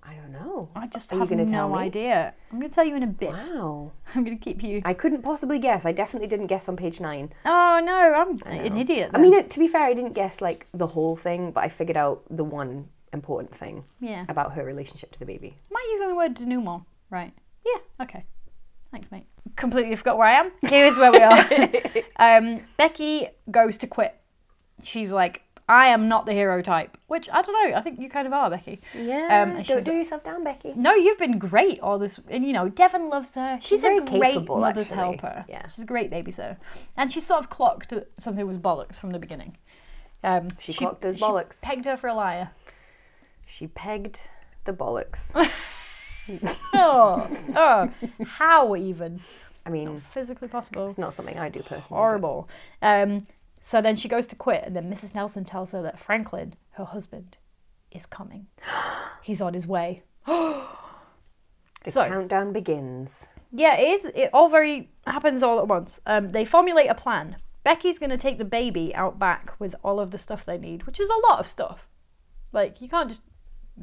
Speaker 2: I don't know.
Speaker 1: I just
Speaker 2: Are you
Speaker 1: have
Speaker 2: gonna
Speaker 1: no
Speaker 2: tell me?
Speaker 1: idea. I'm going to tell you in a bit.
Speaker 2: Wow.
Speaker 1: <laughs> I'm going to keep you.
Speaker 2: I couldn't possibly guess. I definitely didn't guess on page nine.
Speaker 1: Oh no, I'm an idiot.
Speaker 2: I
Speaker 1: then.
Speaker 2: mean, it- to be fair, I didn't guess like the whole thing, but I figured out the one important thing
Speaker 1: yeah.
Speaker 2: about her relationship to the baby.
Speaker 1: Am I using the word denouement right?
Speaker 2: Yeah.
Speaker 1: Okay. Thanks, mate. Completely forgot where I
Speaker 2: <laughs>
Speaker 1: am. Here's where we are. um, Becky goes to quit. She's like, I am not the hero type, which I don't know. I think you kind of are, Becky.
Speaker 2: Yeah.
Speaker 1: Um, and
Speaker 2: don't
Speaker 1: she's-
Speaker 2: do yourself down, Becky.
Speaker 1: No, you've been great all this, and you know Devon loves her. She's,
Speaker 2: She's very
Speaker 1: a great
Speaker 2: capable,
Speaker 1: mother's
Speaker 2: actually.
Speaker 1: helper.
Speaker 2: Yeah.
Speaker 1: she's a great babysitter, and she sort of clocked that something was bollocks from the beginning. Um,
Speaker 2: She clocked those bollocks.
Speaker 1: She pegged her for a liar.
Speaker 2: She pegged
Speaker 1: <laughs>
Speaker 2: the bollocks.
Speaker 1: Oh,
Speaker 2: <laughs>
Speaker 1: oh, how even
Speaker 2: I mean,
Speaker 1: physically possible?
Speaker 2: it's not something I do personally.
Speaker 1: Horrible. Um, so then she goes to quit, and then Mrs. Nelson tells her that Franklin, her husband, is
Speaker 2: <gasps>
Speaker 1: coming. He's on his way.
Speaker 2: but The
Speaker 1: So-
Speaker 2: countdown begins.
Speaker 1: Yeah, it is. It all very happens all at once. Um, they formulate a plan. Becky's going to take the baby out back with all of the stuff they need, which is a lot of stuff. Like you can't just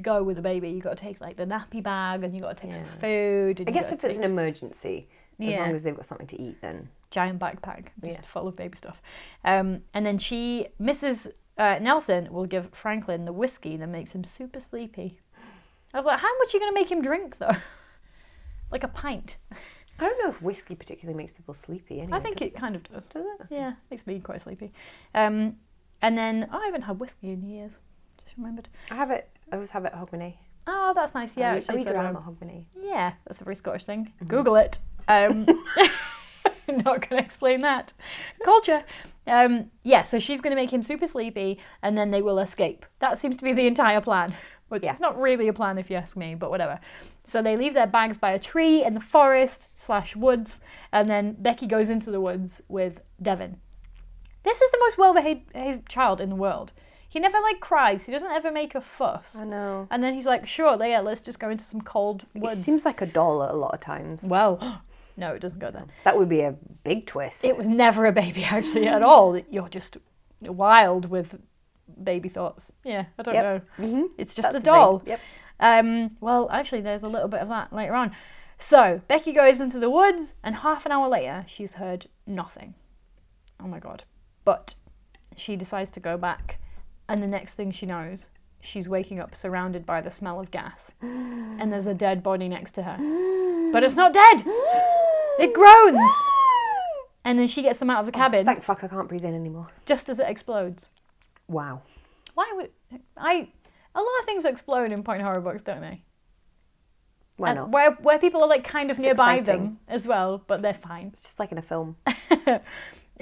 Speaker 1: go with the baby. You got to take like the nappy bag, and you got to take some
Speaker 2: Yeah.
Speaker 1: food. And
Speaker 2: I
Speaker 1: you
Speaker 2: guess
Speaker 1: gotta
Speaker 2: if
Speaker 1: take
Speaker 2: it's an emergency, as
Speaker 1: Yeah.
Speaker 2: long as they've got something to eat, then
Speaker 1: giant backpack just
Speaker 2: Yeah.
Speaker 1: full of baby stuff, um, and then she, Mrs. Uh, Nelson, will give Franklin the whiskey that makes him super sleepy. I was like, how much are you going to make him drink though? <laughs> like a pint.
Speaker 2: I don't know if whiskey particularly makes people sleepy. Anyway,
Speaker 1: I think
Speaker 2: does
Speaker 1: it kind of does.
Speaker 2: Does it?
Speaker 1: Yeah, makes me quite sleepy. Um, and then oh, I haven't had whiskey in years. Just remembered.
Speaker 2: I have it. I always have it at Hogmanay.
Speaker 1: Oh, that's nice. Yeah,
Speaker 2: I,
Speaker 1: actually,
Speaker 2: I
Speaker 1: so,
Speaker 2: read
Speaker 1: um,
Speaker 2: around at Hogmanay.
Speaker 1: yeah, that's a very Scottish thing.
Speaker 2: Mm-hmm.
Speaker 1: Google it. Um, <laughs> not going to explain that culture. Um, yeah, so she's going to make him super sleepy, and then they will escape. That seems to be the entire plan. Which
Speaker 2: Yeah.
Speaker 1: is not really a plan, if you ask me, but whatever. So they leave their bags by a tree in the forest slash woods, and then Becky goes into the woods with Devin. This is the most well-behaved behaved child in the world. He never like cries. He doesn't ever make a fuss.
Speaker 2: know.
Speaker 1: And then he's like, sure, Leah, let's just go into some cold
Speaker 2: It
Speaker 1: woods.
Speaker 2: seems like a doll a lot of times.
Speaker 1: well, <gasps> no, it doesn't go there.
Speaker 2: that would be a big twist.
Speaker 1: It was never a baby, <laughs> actually, at all. You're just wild with baby thoughts. Yeah, I don't
Speaker 2: Yep.
Speaker 1: know.
Speaker 2: Mhm.
Speaker 1: It's just
Speaker 2: That's
Speaker 1: a
Speaker 2: the thing.
Speaker 1: doll.
Speaker 2: Yep.
Speaker 1: Um, well, actually, there's a little bit of that later on. So Becky goes into the woods, and half an hour later, she's heard nothing. Oh my god. But she decides to go back, and the next thing she knows, she's waking up surrounded by the smell of gas, and there's a dead body next to her. But it's not dead, it groans. And then she gets them out of the cabin
Speaker 2: Thank fuck I can't breathe in anymore.
Speaker 1: just as it explodes.
Speaker 2: Wow.
Speaker 1: Why would I? A lot of things explode in point horror books, don't they?
Speaker 2: Why
Speaker 1: And
Speaker 2: not?
Speaker 1: Where, where people are like kind of
Speaker 2: It's
Speaker 1: nearby
Speaker 2: exciting.
Speaker 1: them as well, but they're fine.
Speaker 2: It's just like in
Speaker 1: <laughs>
Speaker 2: a film.
Speaker 1: It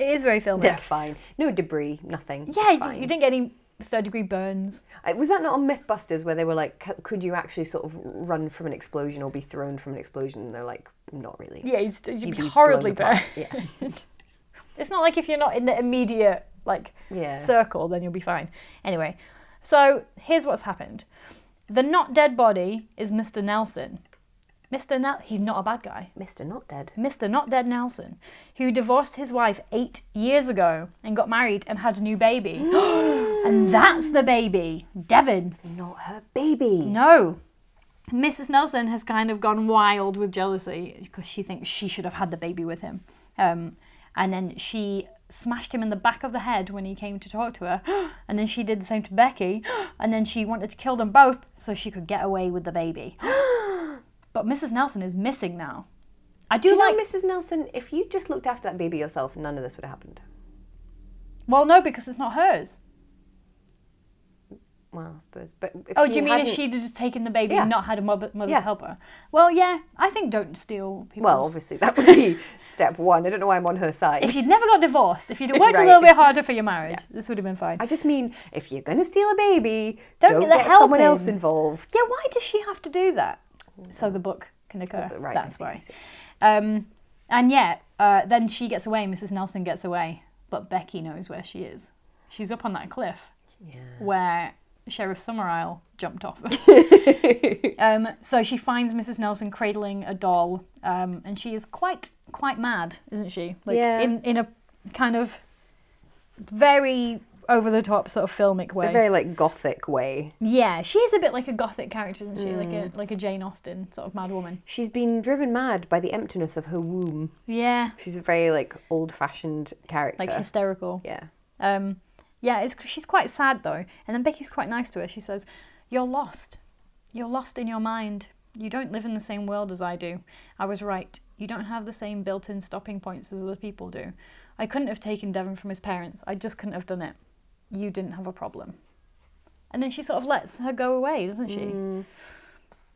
Speaker 1: is very filmic.
Speaker 2: They're fine. No debris, nothing.
Speaker 1: Yeah,
Speaker 2: It's
Speaker 1: you,
Speaker 2: fine.
Speaker 1: you didn't get any third degree burns.
Speaker 2: Uh, Was that not on Mythbusters where they were like, "C- could you actually sort of run from an explosion or be thrown from an explosion? And they're like, not really.
Speaker 1: Yeah, you'd, st- you'd,
Speaker 2: You'd
Speaker 1: be,
Speaker 2: blown
Speaker 1: horribly
Speaker 2: apart.
Speaker 1: burned. <laughs>
Speaker 2: Yeah.
Speaker 1: It's not like if you're not in the immediate like
Speaker 2: Yeah.
Speaker 1: circle, then you'll be fine. Anyway, so here's what's happened: the not dead body is Mr. Nelson. Mr. Nel- he's not a bad guy.
Speaker 2: Mr. Not Dead.
Speaker 1: Mr. Not Dead Nelson, who divorced his wife eight years ago and got married and had a new baby. <gasps> and that's the baby, Devon.
Speaker 2: Not her baby.
Speaker 1: No. Mrs. Nelson has kind of gone wild with jealousy because she thinks she should have had the baby with him. Um, and then she smashed him in the back of the head when he came to talk to her. <gasps> And then she did the same to Becky. <gasps> And then she wanted to kill them both so she could get away with the baby. <gasps> but Mrs. Nelson is missing now. I do,
Speaker 2: Do you
Speaker 1: like
Speaker 2: know, Mrs. Nelson, if you just looked after that baby yourself, none of this would have happened.
Speaker 1: Well, no, because it's not hers.
Speaker 2: Well, I suppose. But if
Speaker 1: Oh,
Speaker 2: she
Speaker 1: do you mean if
Speaker 2: hadn't-
Speaker 1: she'd have just taken the baby
Speaker 2: Yeah.
Speaker 1: and not had a mother, mother's
Speaker 2: Yeah.
Speaker 1: helper? Well, yeah, I think don't steal people's.
Speaker 2: Well, obviously, that
Speaker 1: <laughs>
Speaker 2: would be step one. I don't know why I'm on her side.
Speaker 1: if you'd never got divorced,
Speaker 2: <laughs>
Speaker 1: if you'd worked a
Speaker 2: Right.
Speaker 1: little bit harder for your marriage, this would have been fine.
Speaker 2: I just mean if you're going to steal a baby,
Speaker 1: Don't
Speaker 2: don't,
Speaker 1: get
Speaker 2: get,
Speaker 1: the help
Speaker 2: someone else
Speaker 1: in.
Speaker 2: involved.
Speaker 1: Yeah, why does she have to do that? So the book can occur.
Speaker 2: but- right, I
Speaker 1: That's
Speaker 2: see,
Speaker 1: why.
Speaker 2: I see.
Speaker 1: Um, and yeah, uh, then she gets away. Mrs. Nelson gets away, but Becky knows where she is. She's up on that cliff
Speaker 2: Yeah.
Speaker 1: where Sheriff Summerisle jumped
Speaker 2: <laughs>
Speaker 1: off. <laughs> um, so she finds Mrs. Nelson cradling a doll, um, and she is quite quite mad, isn't she? Like
Speaker 2: Yeah.
Speaker 1: in in a kind of very over the top sort of filmic way.
Speaker 2: A very like gothic way.
Speaker 1: yeah, she is a bit like a gothic character, isn't she?
Speaker 2: Mm.
Speaker 1: Like a like a Jane Austen sort of mad woman.
Speaker 2: She's been driven mad by the emptiness of her womb.
Speaker 1: Yeah,
Speaker 2: She's a very like old-fashioned character.
Speaker 1: like hysterical. <laughs>
Speaker 2: yeah.
Speaker 1: Um, yeah, it's, she's quite sad though. And then Becky's quite nice to her. She says, You're lost. You're lost in your mind. You don't live in the same world as I do. I was right. You don't have the same built in stopping points as other people do. I couldn't have taken Devon from his parents. I just couldn't have done it. you didn't have a problem. And then she sort of lets her go away, doesn't she?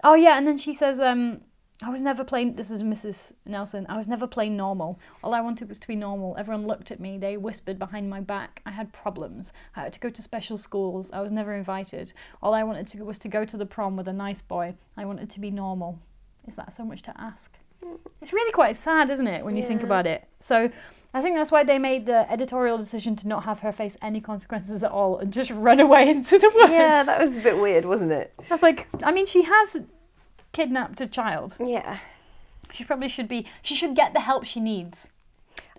Speaker 1: Oh yeah, and then she says, um, I was never playing this is Mrs. Nelson, I was never playing normal. All I wanted was to be normal. Everyone looked at me, they whispered behind my back. I had problems. I had to go to special schools. I was never invited. All I wanted to was to go to the prom with a nice boy. I wanted to be normal. Is that so much to ask?
Speaker 2: Mm.
Speaker 1: It's really quite sad, isn't it, when you think about it? So I think that's why they made the editorial decision to not have her face any consequences at all and just run away <laughs> into the woods.
Speaker 2: Yeah, that was a bit weird, wasn't it?
Speaker 1: That's like, I mean, she has kidnapped a child.
Speaker 2: Yeah.
Speaker 1: She probably should be. She should get the help she needs.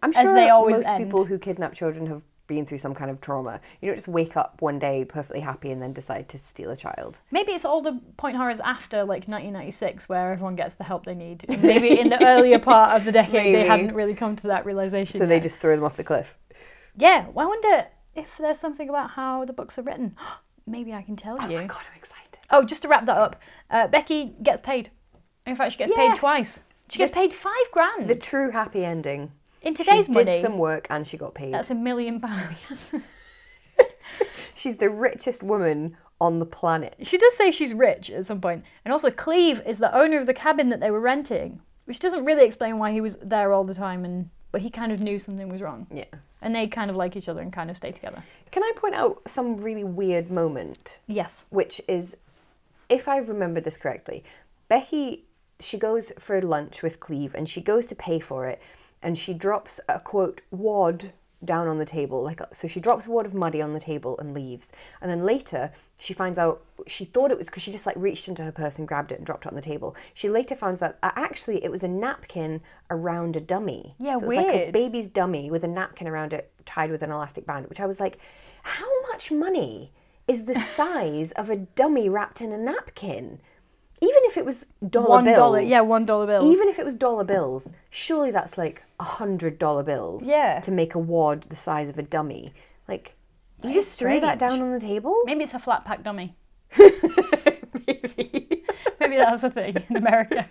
Speaker 2: I'm
Speaker 1: As
Speaker 2: sure
Speaker 1: they always
Speaker 2: most
Speaker 1: end.
Speaker 2: people who kidnap children have been through some kind of trauma. You don't just wake up one day perfectly happy and then decide to steal a child.
Speaker 1: Maybe it's all the point horrors after like 1996 where everyone gets the help they need. Maybe
Speaker 2: <laughs>
Speaker 1: in the earlier part of the decade they
Speaker 2: Maybe.
Speaker 1: hadn't really come to that realization.
Speaker 2: So they
Speaker 1: yet.
Speaker 2: just throw them off the cliff.
Speaker 1: Yeah. Well, I wonder if there's something about how the books are written. <gasps> Maybe I can tell you.
Speaker 2: Oh God, I'm excited.
Speaker 1: Oh, just to wrap that up, uh, Becky gets paid. In fact, she gets
Speaker 2: Yes.
Speaker 1: paid twice. She gets paid five grand
Speaker 2: The true happy ending.
Speaker 1: in today's
Speaker 2: she
Speaker 1: money.
Speaker 2: did some work and she got paid.
Speaker 1: That's a million pounds.
Speaker 2: She's the richest woman on the planet.
Speaker 1: She does say she's rich at some point. And also, Cleve is the owner of the cabin that they were renting, which doesn't really explain why he was there all the time. And but he kind of knew something was wrong,
Speaker 2: Yeah.
Speaker 1: and they kind of like each other and kind of stay together.
Speaker 2: Can I point out some really weird moment?
Speaker 1: Yes.
Speaker 2: which is, if I've remembered this correctly, Becky she goes for lunch with Cleve and she goes to pay for it, and she drops a quote wad down on the table like so she drops a wad of money on the table and leaves and then later she finds out she thought it was because she just like reached into her purse and grabbed it and dropped it on the table she later finds out uh, actually it was a napkin around a dummy
Speaker 1: Yeah,
Speaker 2: so it was like a
Speaker 1: weird.
Speaker 2: baby's dummy with a napkin around it tied with an elastic band which i was like how much money
Speaker 1: <laughs>
Speaker 2: is the size of a dummy wrapped in a napkin. Even if it was dollar
Speaker 1: One
Speaker 2: bills,
Speaker 1: dollar- yeah, one dollar bills.
Speaker 2: Even if it was dollar bills, surely that's like a hundred dollar bills.
Speaker 1: Yeah.
Speaker 2: To make a wad the size of a dummy, like you
Speaker 1: That
Speaker 2: just
Speaker 1: is
Speaker 2: threw
Speaker 1: strange.
Speaker 2: that down on the table.
Speaker 1: Maybe it's a flat pack dummy. <laughs> Maybe. Maybe that's a thing in America.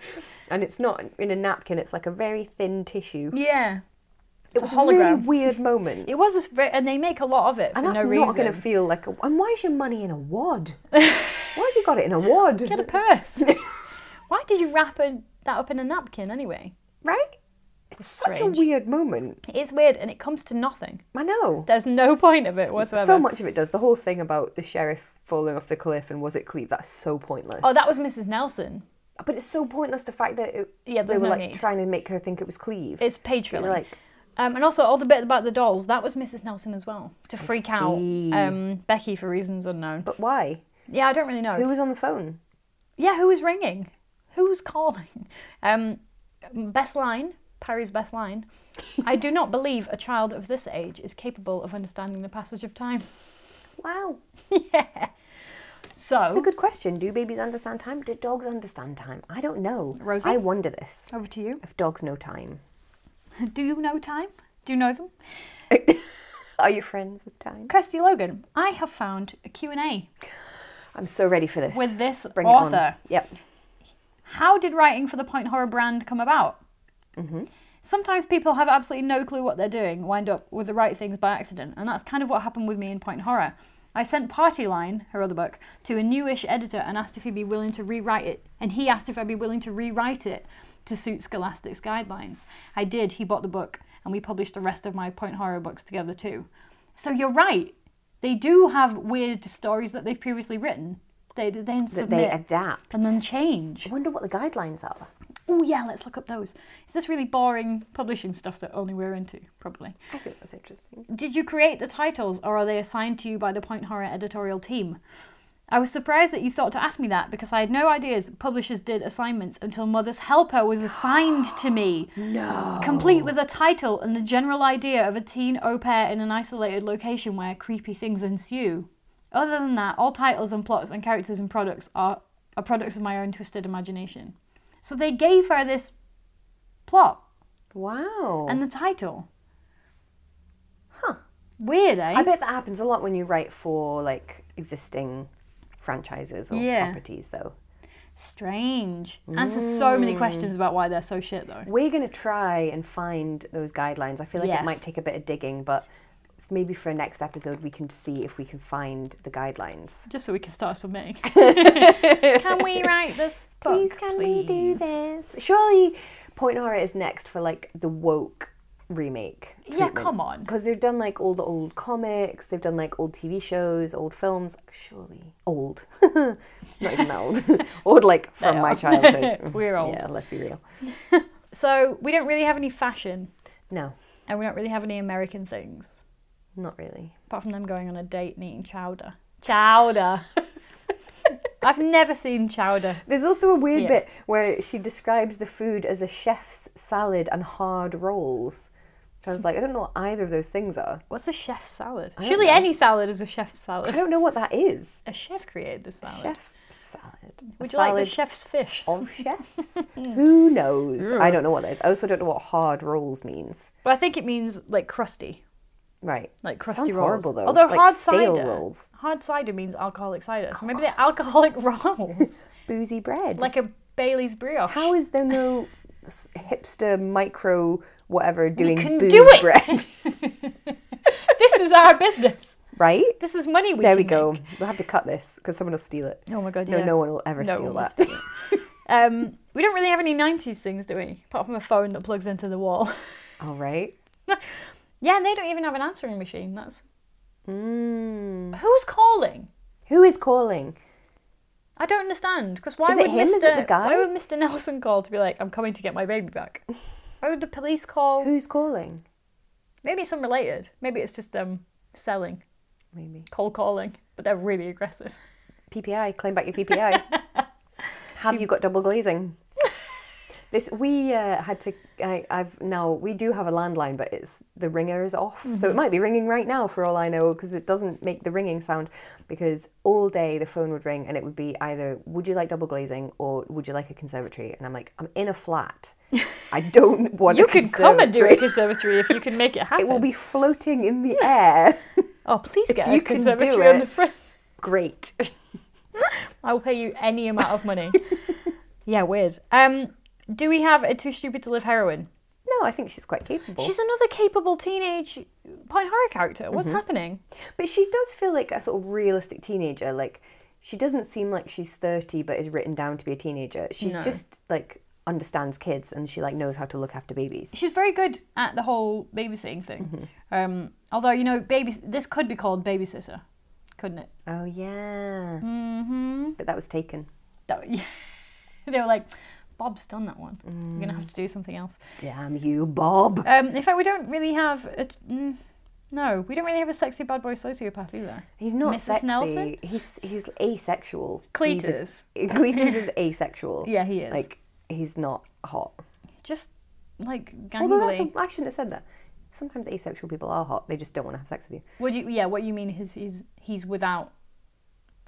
Speaker 2: And it's not in a napkin; it's like a very thin tissue.
Speaker 1: Yeah.
Speaker 2: It
Speaker 1: a
Speaker 2: was a
Speaker 1: hologram.
Speaker 2: really
Speaker 1: <laughs>
Speaker 2: weird moment.
Speaker 1: It was, a, sp- and they make a lot of it for
Speaker 2: And that's
Speaker 1: no
Speaker 2: not
Speaker 1: reason.
Speaker 2: going to feel like. A, and why is your money in
Speaker 1: <laughs>
Speaker 2: a wad? why have you got it in a wad?
Speaker 1: Get a purse. <laughs> Why did you wrap a, that up in a napkin anyway?
Speaker 2: right? It's such
Speaker 1: strange.
Speaker 2: a weird moment.
Speaker 1: It is weird, and it comes to nothing.
Speaker 2: I know.
Speaker 1: There's no point of it whatsoever.
Speaker 2: So much of it does. The whole thing about the sheriff falling off the cliff and was it Cleve? That's so pointless.
Speaker 1: Oh, that was Mrs. Nelson.
Speaker 2: but it's so pointless the fact that it,
Speaker 1: Yeah,
Speaker 2: they
Speaker 1: there's
Speaker 2: were
Speaker 1: no
Speaker 2: like
Speaker 1: need.
Speaker 2: trying to make her think it was Cleve.
Speaker 1: It's page
Speaker 2: They were
Speaker 1: filling.
Speaker 2: like,
Speaker 1: um, and also all the bit about the dolls. That was Mrs. Nelson as well to freak out
Speaker 2: see.
Speaker 1: um, Becky for reasons unknown.
Speaker 2: but why?
Speaker 1: Yeah, I don't really know.
Speaker 2: Who was on the phone?
Speaker 1: Yeah, who was ringing? Who was calling? <laughs> Um, best line, Perry's best line. I do not believe a child of this age is capable of understanding the passage of time. <laughs>
Speaker 2: Wow,
Speaker 1: So
Speaker 2: that's
Speaker 1: Oh.
Speaker 2: a good question. Do babies understand time? Do dogs understand time? I don't know.
Speaker 1: Rosie?
Speaker 2: I wonder this.
Speaker 1: over to you. <laughs>
Speaker 2: If dogs know time,
Speaker 1: Do you know time? Do you know them?
Speaker 2: are you friends with time?
Speaker 1: Kirsty Logan, I have found a Q&A
Speaker 2: I'm so ready for this.
Speaker 1: with this
Speaker 2: Bring
Speaker 1: author.
Speaker 2: it on. Yep.
Speaker 1: how did writing for the point horror brand come about?
Speaker 2: Mm-hmm.
Speaker 1: Sometimes people have absolutely no clue what they're doing, wind up with the right things by accident, and that's kind of what happened with me in Point Horror. I sent Party Line, her other book, to a newish editor and asked if he'd be willing to rewrite it, and he asked if I'd be willing to rewrite it to suit Scholastic's guidelines. I did, he bought the book, and we published the rest of my Point Horror books together too. So you're right, they do have weird stories that they've previously written. They, they then
Speaker 2: That
Speaker 1: submit
Speaker 2: they adapt.
Speaker 1: and then change.
Speaker 2: I wonder what the guidelines are.
Speaker 1: Oh yeah, let's look up those. Is this really boring publishing stuff that only we're into? Probably.
Speaker 2: I think that's interesting.
Speaker 1: Did you create the titles or are they assigned to you by the Point Horror editorial team? I was surprised that you thought to ask me that because I had no ideas publishers did assignments until Mother's Helper was assigned to me. No. Complete with a title and the general idea of a teen au pair in an isolated location where creepy things ensue. Other than that, all titles and plots and characters and products are, are products of my own twisted imagination. So they gave her this plot
Speaker 2: Wow.
Speaker 1: and the title. Huh. Weird, eh?
Speaker 2: I bet that happens a lot when you write for like existing franchises or
Speaker 1: Yeah.
Speaker 2: properties, though.
Speaker 1: Strange. Answers so
Speaker 2: Mm.
Speaker 1: many questions about why they're so shit, though.
Speaker 2: We're going to try and find those guidelines. I feel like it
Speaker 1: Yes.
Speaker 2: might take a bit of digging, but maybe for next episode we can see if we can find the guidelines.
Speaker 1: Just so we can start
Speaker 2: <laughs>
Speaker 1: submitting. can we write this book?
Speaker 2: please can we do
Speaker 1: please?
Speaker 2: this? Surely Point Horror is next for like the woke remake.
Speaker 1: Yeah, come on.
Speaker 2: Because they've done like all the old comics, they've done like old TV shows, old films. Like, surely old, <laughs> not even
Speaker 1: <laughs>
Speaker 2: that old, old like from
Speaker 1: They
Speaker 2: my
Speaker 1: are. <laughs>
Speaker 2: childhood.
Speaker 1: We're old.
Speaker 2: Yeah, let's be real.
Speaker 1: So we don't really have any fashion,
Speaker 2: No,
Speaker 1: and we don't really have any American things,
Speaker 2: not really.
Speaker 1: apart from them going on a date and eating chowder.
Speaker 2: <laughs>
Speaker 1: Chowder. I've never seen chowder.
Speaker 2: There's also a weird
Speaker 1: Yeah.
Speaker 2: bit where she describes the food as a chef's salad and hard rolls. So I was like, I don't know what either of those things are.
Speaker 1: What's a chef's salad?
Speaker 2: don't
Speaker 1: Surely
Speaker 2: know.
Speaker 1: any salad is a chef's
Speaker 2: I
Speaker 1: salad.
Speaker 2: don't know what that is.
Speaker 1: A chef created the salad.
Speaker 2: Chef salad. A
Speaker 1: Would you like the
Speaker 2: salad
Speaker 1: chef's fish? <laughs>
Speaker 2: of chefs? Who knows?
Speaker 1: Yeah.
Speaker 2: I don't know what that is. I also don't know what hard rolls means.
Speaker 1: Well, I think it means like crusty,
Speaker 2: Right.
Speaker 1: like crusty
Speaker 2: Sounds
Speaker 1: rolls.
Speaker 2: horrible though.
Speaker 1: Although
Speaker 2: like
Speaker 1: hard
Speaker 2: stale
Speaker 1: cider,
Speaker 2: rolls,
Speaker 1: hard cider means alcoholic cider. So maybe they're alcoholic <laughs>
Speaker 2: <laughs>
Speaker 1: rolls,
Speaker 2: boozy bread.
Speaker 1: like a Bailey's brioche.
Speaker 2: how is there no s- hipster micro whatever doing
Speaker 1: can
Speaker 2: booze
Speaker 1: do it. <laughs>
Speaker 2: bread?
Speaker 1: <laughs>
Speaker 2: <laughs>
Speaker 1: this is our business.
Speaker 2: right.
Speaker 1: This is money we
Speaker 2: There we
Speaker 1: can
Speaker 2: go.
Speaker 1: make.
Speaker 2: We'll have to cut this because someone will steal it.
Speaker 1: Oh my god!
Speaker 2: No,
Speaker 1: yeah.
Speaker 2: no one will ever
Speaker 1: No
Speaker 2: steal
Speaker 1: one will
Speaker 2: that.
Speaker 1: steal it. um, we don't really have any '90s things, do we? Apart from a phone that plugs into the wall. <laughs>
Speaker 2: All right.
Speaker 1: yeah, and they don't even have an answering machine. That's
Speaker 2: Mm.
Speaker 1: who's calling.
Speaker 2: Who is calling?
Speaker 1: I don't understand because why
Speaker 2: Is
Speaker 1: would
Speaker 2: it him?
Speaker 1: Mr.
Speaker 2: Is it the guy?
Speaker 1: Why would Mr. Nelson call to be like, "I'm coming to get my baby
Speaker 2: <laughs>
Speaker 1: back"? Why would the police call?
Speaker 2: Who's calling?
Speaker 1: Maybe it's unrelated. Maybe it's just um selling,
Speaker 2: Maybe.
Speaker 1: cold calling, but they're really aggressive.
Speaker 2: PPI, claim back your
Speaker 1: <laughs>
Speaker 2: PPI. Have you got double glazing? This we uh, had to. I, I've now we do have a landline, but it's the ringer is off,
Speaker 1: Mm-hmm.
Speaker 2: so it might be ringing right now for all I know because it doesn't make the ringing sound. Because all day the phone would ring and it would be either "Would you like double glazing?" or "Would you like a conservatory?" And I'm like, I'm in a flat. I
Speaker 1: <laughs>
Speaker 2: don't want.
Speaker 1: you
Speaker 2: a
Speaker 1: could come and do a
Speaker 2: conservatory.
Speaker 1: conservatory if you can make it happen.
Speaker 2: <laughs> It will be floating
Speaker 1: <laughs>
Speaker 2: in the air. <laughs>
Speaker 1: Oh, please get
Speaker 2: you
Speaker 1: a
Speaker 2: can do
Speaker 1: conservatory on
Speaker 2: it.
Speaker 1: the front.
Speaker 2: Great. <laughs>
Speaker 1: I will pay you any amount of money. yeah, weird. Um, do we have a too stupid to live heroine?
Speaker 2: No, I think she's quite capable.
Speaker 1: She's another capable teenage point horror character.
Speaker 2: Mm-hmm.
Speaker 1: What's happening?
Speaker 2: But she does feel like a sort of realistic teenager. Like she doesn't seem like she's thirty, but is written down to be a teenager. She's
Speaker 1: No.
Speaker 2: just like understands kids and she like knows how to look after babies.
Speaker 1: She's very good at the whole babysitting thing.
Speaker 2: Mm-hmm.
Speaker 1: Um, although you know, babys this could be called babysitter, couldn't it?
Speaker 2: Oh yeah,
Speaker 1: Mm-hmm.
Speaker 2: but that was taken.
Speaker 1: That, <laughs> yeah. they were like, Bob's done that one. You're gonna
Speaker 2: Mm.
Speaker 1: have to do something else.
Speaker 2: Damn <laughs> you, Bob.
Speaker 1: Um, in fact, we don't really have. A t- mm, no, we don't really have a sexy bad boy sociopath either.
Speaker 2: He's not
Speaker 1: Mrs.
Speaker 2: sexy.
Speaker 1: Nelson?
Speaker 2: He's he's asexual. Cletus is, <laughs>
Speaker 1: Cletus.
Speaker 2: Cletus
Speaker 1: <laughs>
Speaker 2: is asexual.
Speaker 1: Yeah, he is.
Speaker 2: Like he's not hot.
Speaker 1: just like
Speaker 2: Although that's
Speaker 1: gangly.
Speaker 2: I shouldn't have said that. Sometimes asexual people are hot. They just don't want to have sex with
Speaker 1: What you? Yeah, what you mean is he's he's without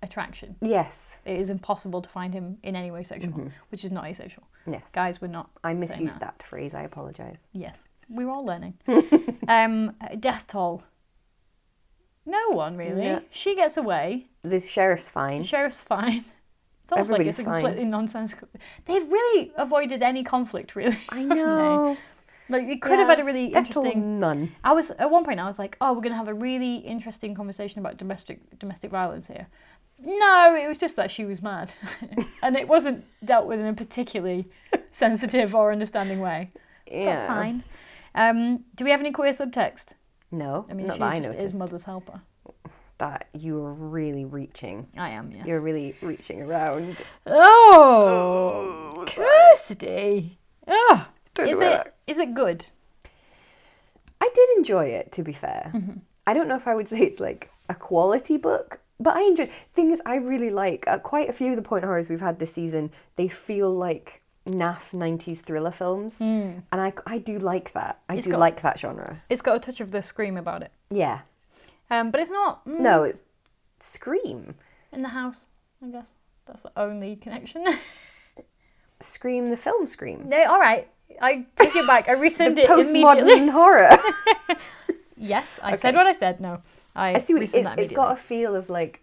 Speaker 1: attraction.
Speaker 2: you. Yes.
Speaker 1: It is impossible to find him in any way sexual, which is not asexual.
Speaker 2: Yes.
Speaker 1: Guys, we're not.
Speaker 2: Mm-hmm. I
Speaker 1: saying
Speaker 2: misused that phrase. I apologize.
Speaker 1: Yes, we were all
Speaker 2: <laughs>
Speaker 1: learning. um, death toll. No one really.
Speaker 2: No.
Speaker 1: She gets away.
Speaker 2: The sheriff's fine.
Speaker 1: The sheriff's fine. <laughs> It's almost like it's
Speaker 2: Everybody's
Speaker 1: a
Speaker 2: fine.
Speaker 1: completely nonsensical. They've really avoided any conflict, really.
Speaker 2: I
Speaker 1: haven't they?
Speaker 2: <laughs> know.
Speaker 1: <laughs> Like it could have had a really interesting.
Speaker 2: none.
Speaker 1: I was at one point. I was like, "Oh, we're gonna have a really interesting conversation about domestic domestic violence here." No, it was just that she was mad, <laughs> and it wasn't dealt with in a
Speaker 2: <laughs>
Speaker 1: particularly sensitive or understanding way. But
Speaker 2: Yeah.
Speaker 1: fine. Um, do we have any queer subtext?
Speaker 2: No.
Speaker 1: I mean,
Speaker 2: not
Speaker 1: she
Speaker 2: that I
Speaker 1: just is
Speaker 2: noticed.
Speaker 1: mother's helper.
Speaker 2: that you were really reaching.
Speaker 1: I am. Yeah.
Speaker 2: You're really reaching around.
Speaker 1: Mm-hmm. Oh, Kirsty. Oh,
Speaker 2: Don't
Speaker 1: is
Speaker 2: do
Speaker 1: it?
Speaker 2: that.
Speaker 1: Is it good?
Speaker 2: I did enjoy it, to be fair. I don't know if I would <laughs> say it's like a quality book, but I enjoyed. Thing is, I really like uh, quite a few of the point horrors we've had this season. They feel like naff 90s thriller films, and I, I do like that. I
Speaker 1: Hmm. It's
Speaker 2: do
Speaker 1: got-
Speaker 2: like that genre.
Speaker 1: It's got a touch of the scream about it.
Speaker 2: Yeah.
Speaker 1: Um, but it's not mm,
Speaker 2: No, it's Scream.
Speaker 1: in the house. I guess that's the only connection. <laughs>
Speaker 2: Scream the film Scream.
Speaker 1: No, all right. I take it back. I rescind
Speaker 2: <laughs> the
Speaker 1: it immediately.
Speaker 2: <laughs> postmodern
Speaker 1: <laughs>
Speaker 2: horror.
Speaker 1: Yes, I said what I said. No, I,
Speaker 2: I see what it,
Speaker 1: rescind that
Speaker 2: it's
Speaker 1: immediately.
Speaker 2: got a feel of like,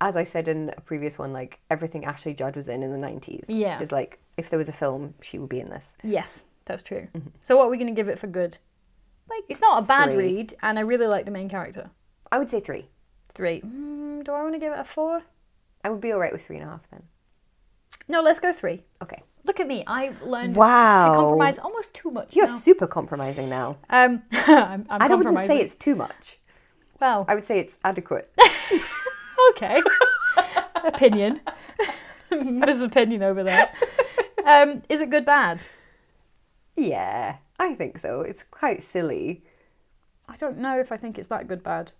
Speaker 2: as I said in a previous one, like everything Ashley Judd was in in the nineties.
Speaker 1: Yeah.
Speaker 2: is like if there was a Mm-hmm. film, she would be in this.
Speaker 1: Yes, that's true. So what are we going to give it for good?
Speaker 2: like
Speaker 1: It's not a bad
Speaker 2: Three.
Speaker 1: read, and I really like the main character.
Speaker 2: I would say three.
Speaker 1: Three. Mm, do I want to give it a four?
Speaker 2: I would be all right with three and a half then.
Speaker 1: No, let's go three.
Speaker 2: Okay.
Speaker 1: Look at me. I've learned to
Speaker 2: Wow.
Speaker 1: compromise almost too much.
Speaker 2: Oh. You're
Speaker 1: now.
Speaker 2: super compromising now.
Speaker 1: Um, <laughs> I'm, I'm
Speaker 2: I don't wouldn't
Speaker 1: compromising.
Speaker 2: say it's too much.
Speaker 1: Well,
Speaker 2: I would say it's
Speaker 1: <laughs>
Speaker 2: adequate.
Speaker 1: okay. <laughs> opinion. <laughs> There's opinion over there. Um, is it good, bad?
Speaker 2: yeah, I think so. It's quite silly.
Speaker 1: I don't know if I think it's that good, bad.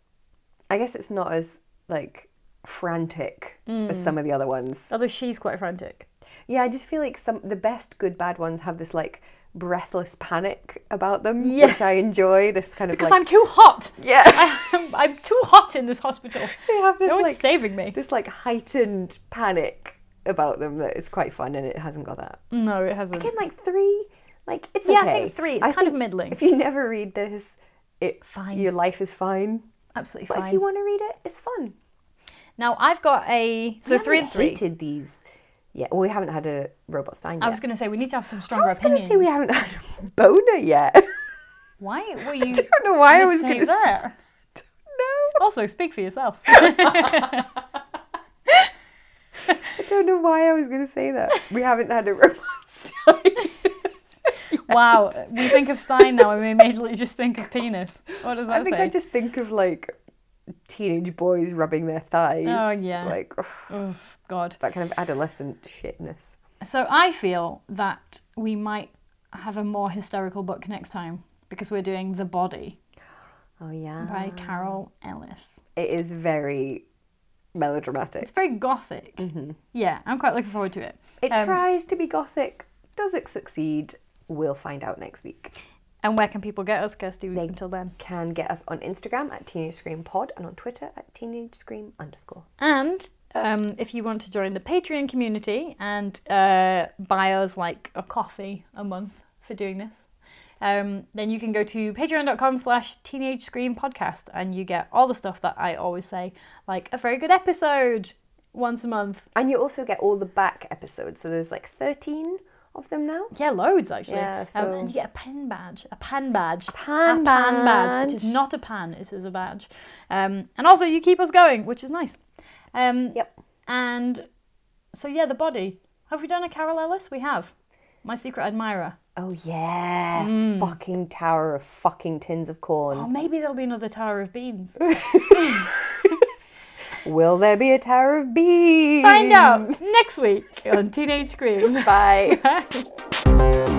Speaker 2: I guess it's not as like frantic
Speaker 1: Mm.
Speaker 2: as some of the other ones.
Speaker 1: Although she's quite frantic.
Speaker 2: Yeah, I just feel like some the best good bad ones have this like breathless panic about them,
Speaker 1: Yeah.
Speaker 2: which I enjoy. This kind of
Speaker 1: Because
Speaker 2: like
Speaker 1: I'm too hot. <laughs>
Speaker 2: yeah,
Speaker 1: I'm, I'm too hot in this hospital.
Speaker 2: <laughs> they have this
Speaker 1: No one's
Speaker 2: like
Speaker 1: saving me.
Speaker 2: this like heightened panic about them that is quite fun, and it hasn't got that.
Speaker 1: No, it hasn't.
Speaker 2: Again, like three, like it's
Speaker 1: Yeah, I
Speaker 2: okay.
Speaker 1: think three, it's kind of middling.
Speaker 2: If you never read this, it
Speaker 1: Fine.
Speaker 2: Your life is fine.
Speaker 1: Absolutely
Speaker 2: But
Speaker 1: fine.
Speaker 2: if you want to read it, it's fun.
Speaker 1: Now I've got a so
Speaker 2: We
Speaker 1: three and
Speaker 2: haven't
Speaker 1: three.
Speaker 2: Hated these. Yeah, well, we haven't had a robot Stein yet.
Speaker 1: I was going to say we need to have some
Speaker 2: I
Speaker 1: stronger
Speaker 2: was gonna
Speaker 1: opinions.
Speaker 2: say we haven't had <laughs> a boner yet. <laughs> I
Speaker 1: Why
Speaker 2: <laughs>
Speaker 1: were you?
Speaker 2: don't know why I
Speaker 1: gonna
Speaker 2: was
Speaker 1: say
Speaker 2: going to say
Speaker 1: that.
Speaker 2: no.
Speaker 1: Also, speak for
Speaker 2: <laughs>
Speaker 1: yourself.
Speaker 2: I don't know why I was going to say that. We haven't had a <laughs> robot Stein.
Speaker 1: wow, we think of Stein now, and we immediately just think of penis. What does that
Speaker 2: I think
Speaker 1: say?
Speaker 2: I just think of like teenage boys rubbing their thighs.
Speaker 1: Oh, yeah.
Speaker 2: like ugh,
Speaker 1: Oh God.
Speaker 2: that kind of adolescent shitness.
Speaker 1: So I feel that we might have a more hysterical book next time because we're doing The Body
Speaker 2: Oh yeah,
Speaker 1: by Carol Ellis.
Speaker 2: it is very melodramatic. Mm-hmm.
Speaker 1: It's very gothic. Yeah, I'm quite looking forward to it.
Speaker 2: It
Speaker 1: Um,
Speaker 2: tries to be gothic. Does it succeed? We'll find out next week.
Speaker 1: And where can people get us, Kirsty? Until then.
Speaker 2: Can get us on Instagram at Teenage Scream Pod and on Twitter at Teenage Scream underscore.
Speaker 1: And um, if you want to join the Patreon community and uh, buy us like a coffee a month for doing this, um, then you can go to patreon.com slash teenage scream podcast and you get all the stuff that I always say, like a very good episode once a month.
Speaker 2: And you also get all the back episodes. So there's like 13 of them now.
Speaker 1: Yeah, loads actually.
Speaker 2: Yeah,
Speaker 1: um,
Speaker 2: so-
Speaker 1: and you get a pen badge. A pan badge. A
Speaker 2: pan
Speaker 1: pan badge. It is
Speaker 2: badge.
Speaker 1: not a pan, it is a badge. Um, and also you keep us going, which is nice. Um,
Speaker 2: Yep.
Speaker 1: And so yeah, the body. Have we done a Carol Ellis? We have. My secret admirer.
Speaker 2: Oh, yeah. Fucking tower of fucking tins of corn.
Speaker 1: Oh, maybe there'll be another Tower of Beans.
Speaker 2: Will there be a tower of bees?
Speaker 1: Find out next week on Teenage Scream.
Speaker 2: Bye.
Speaker 1: Bye.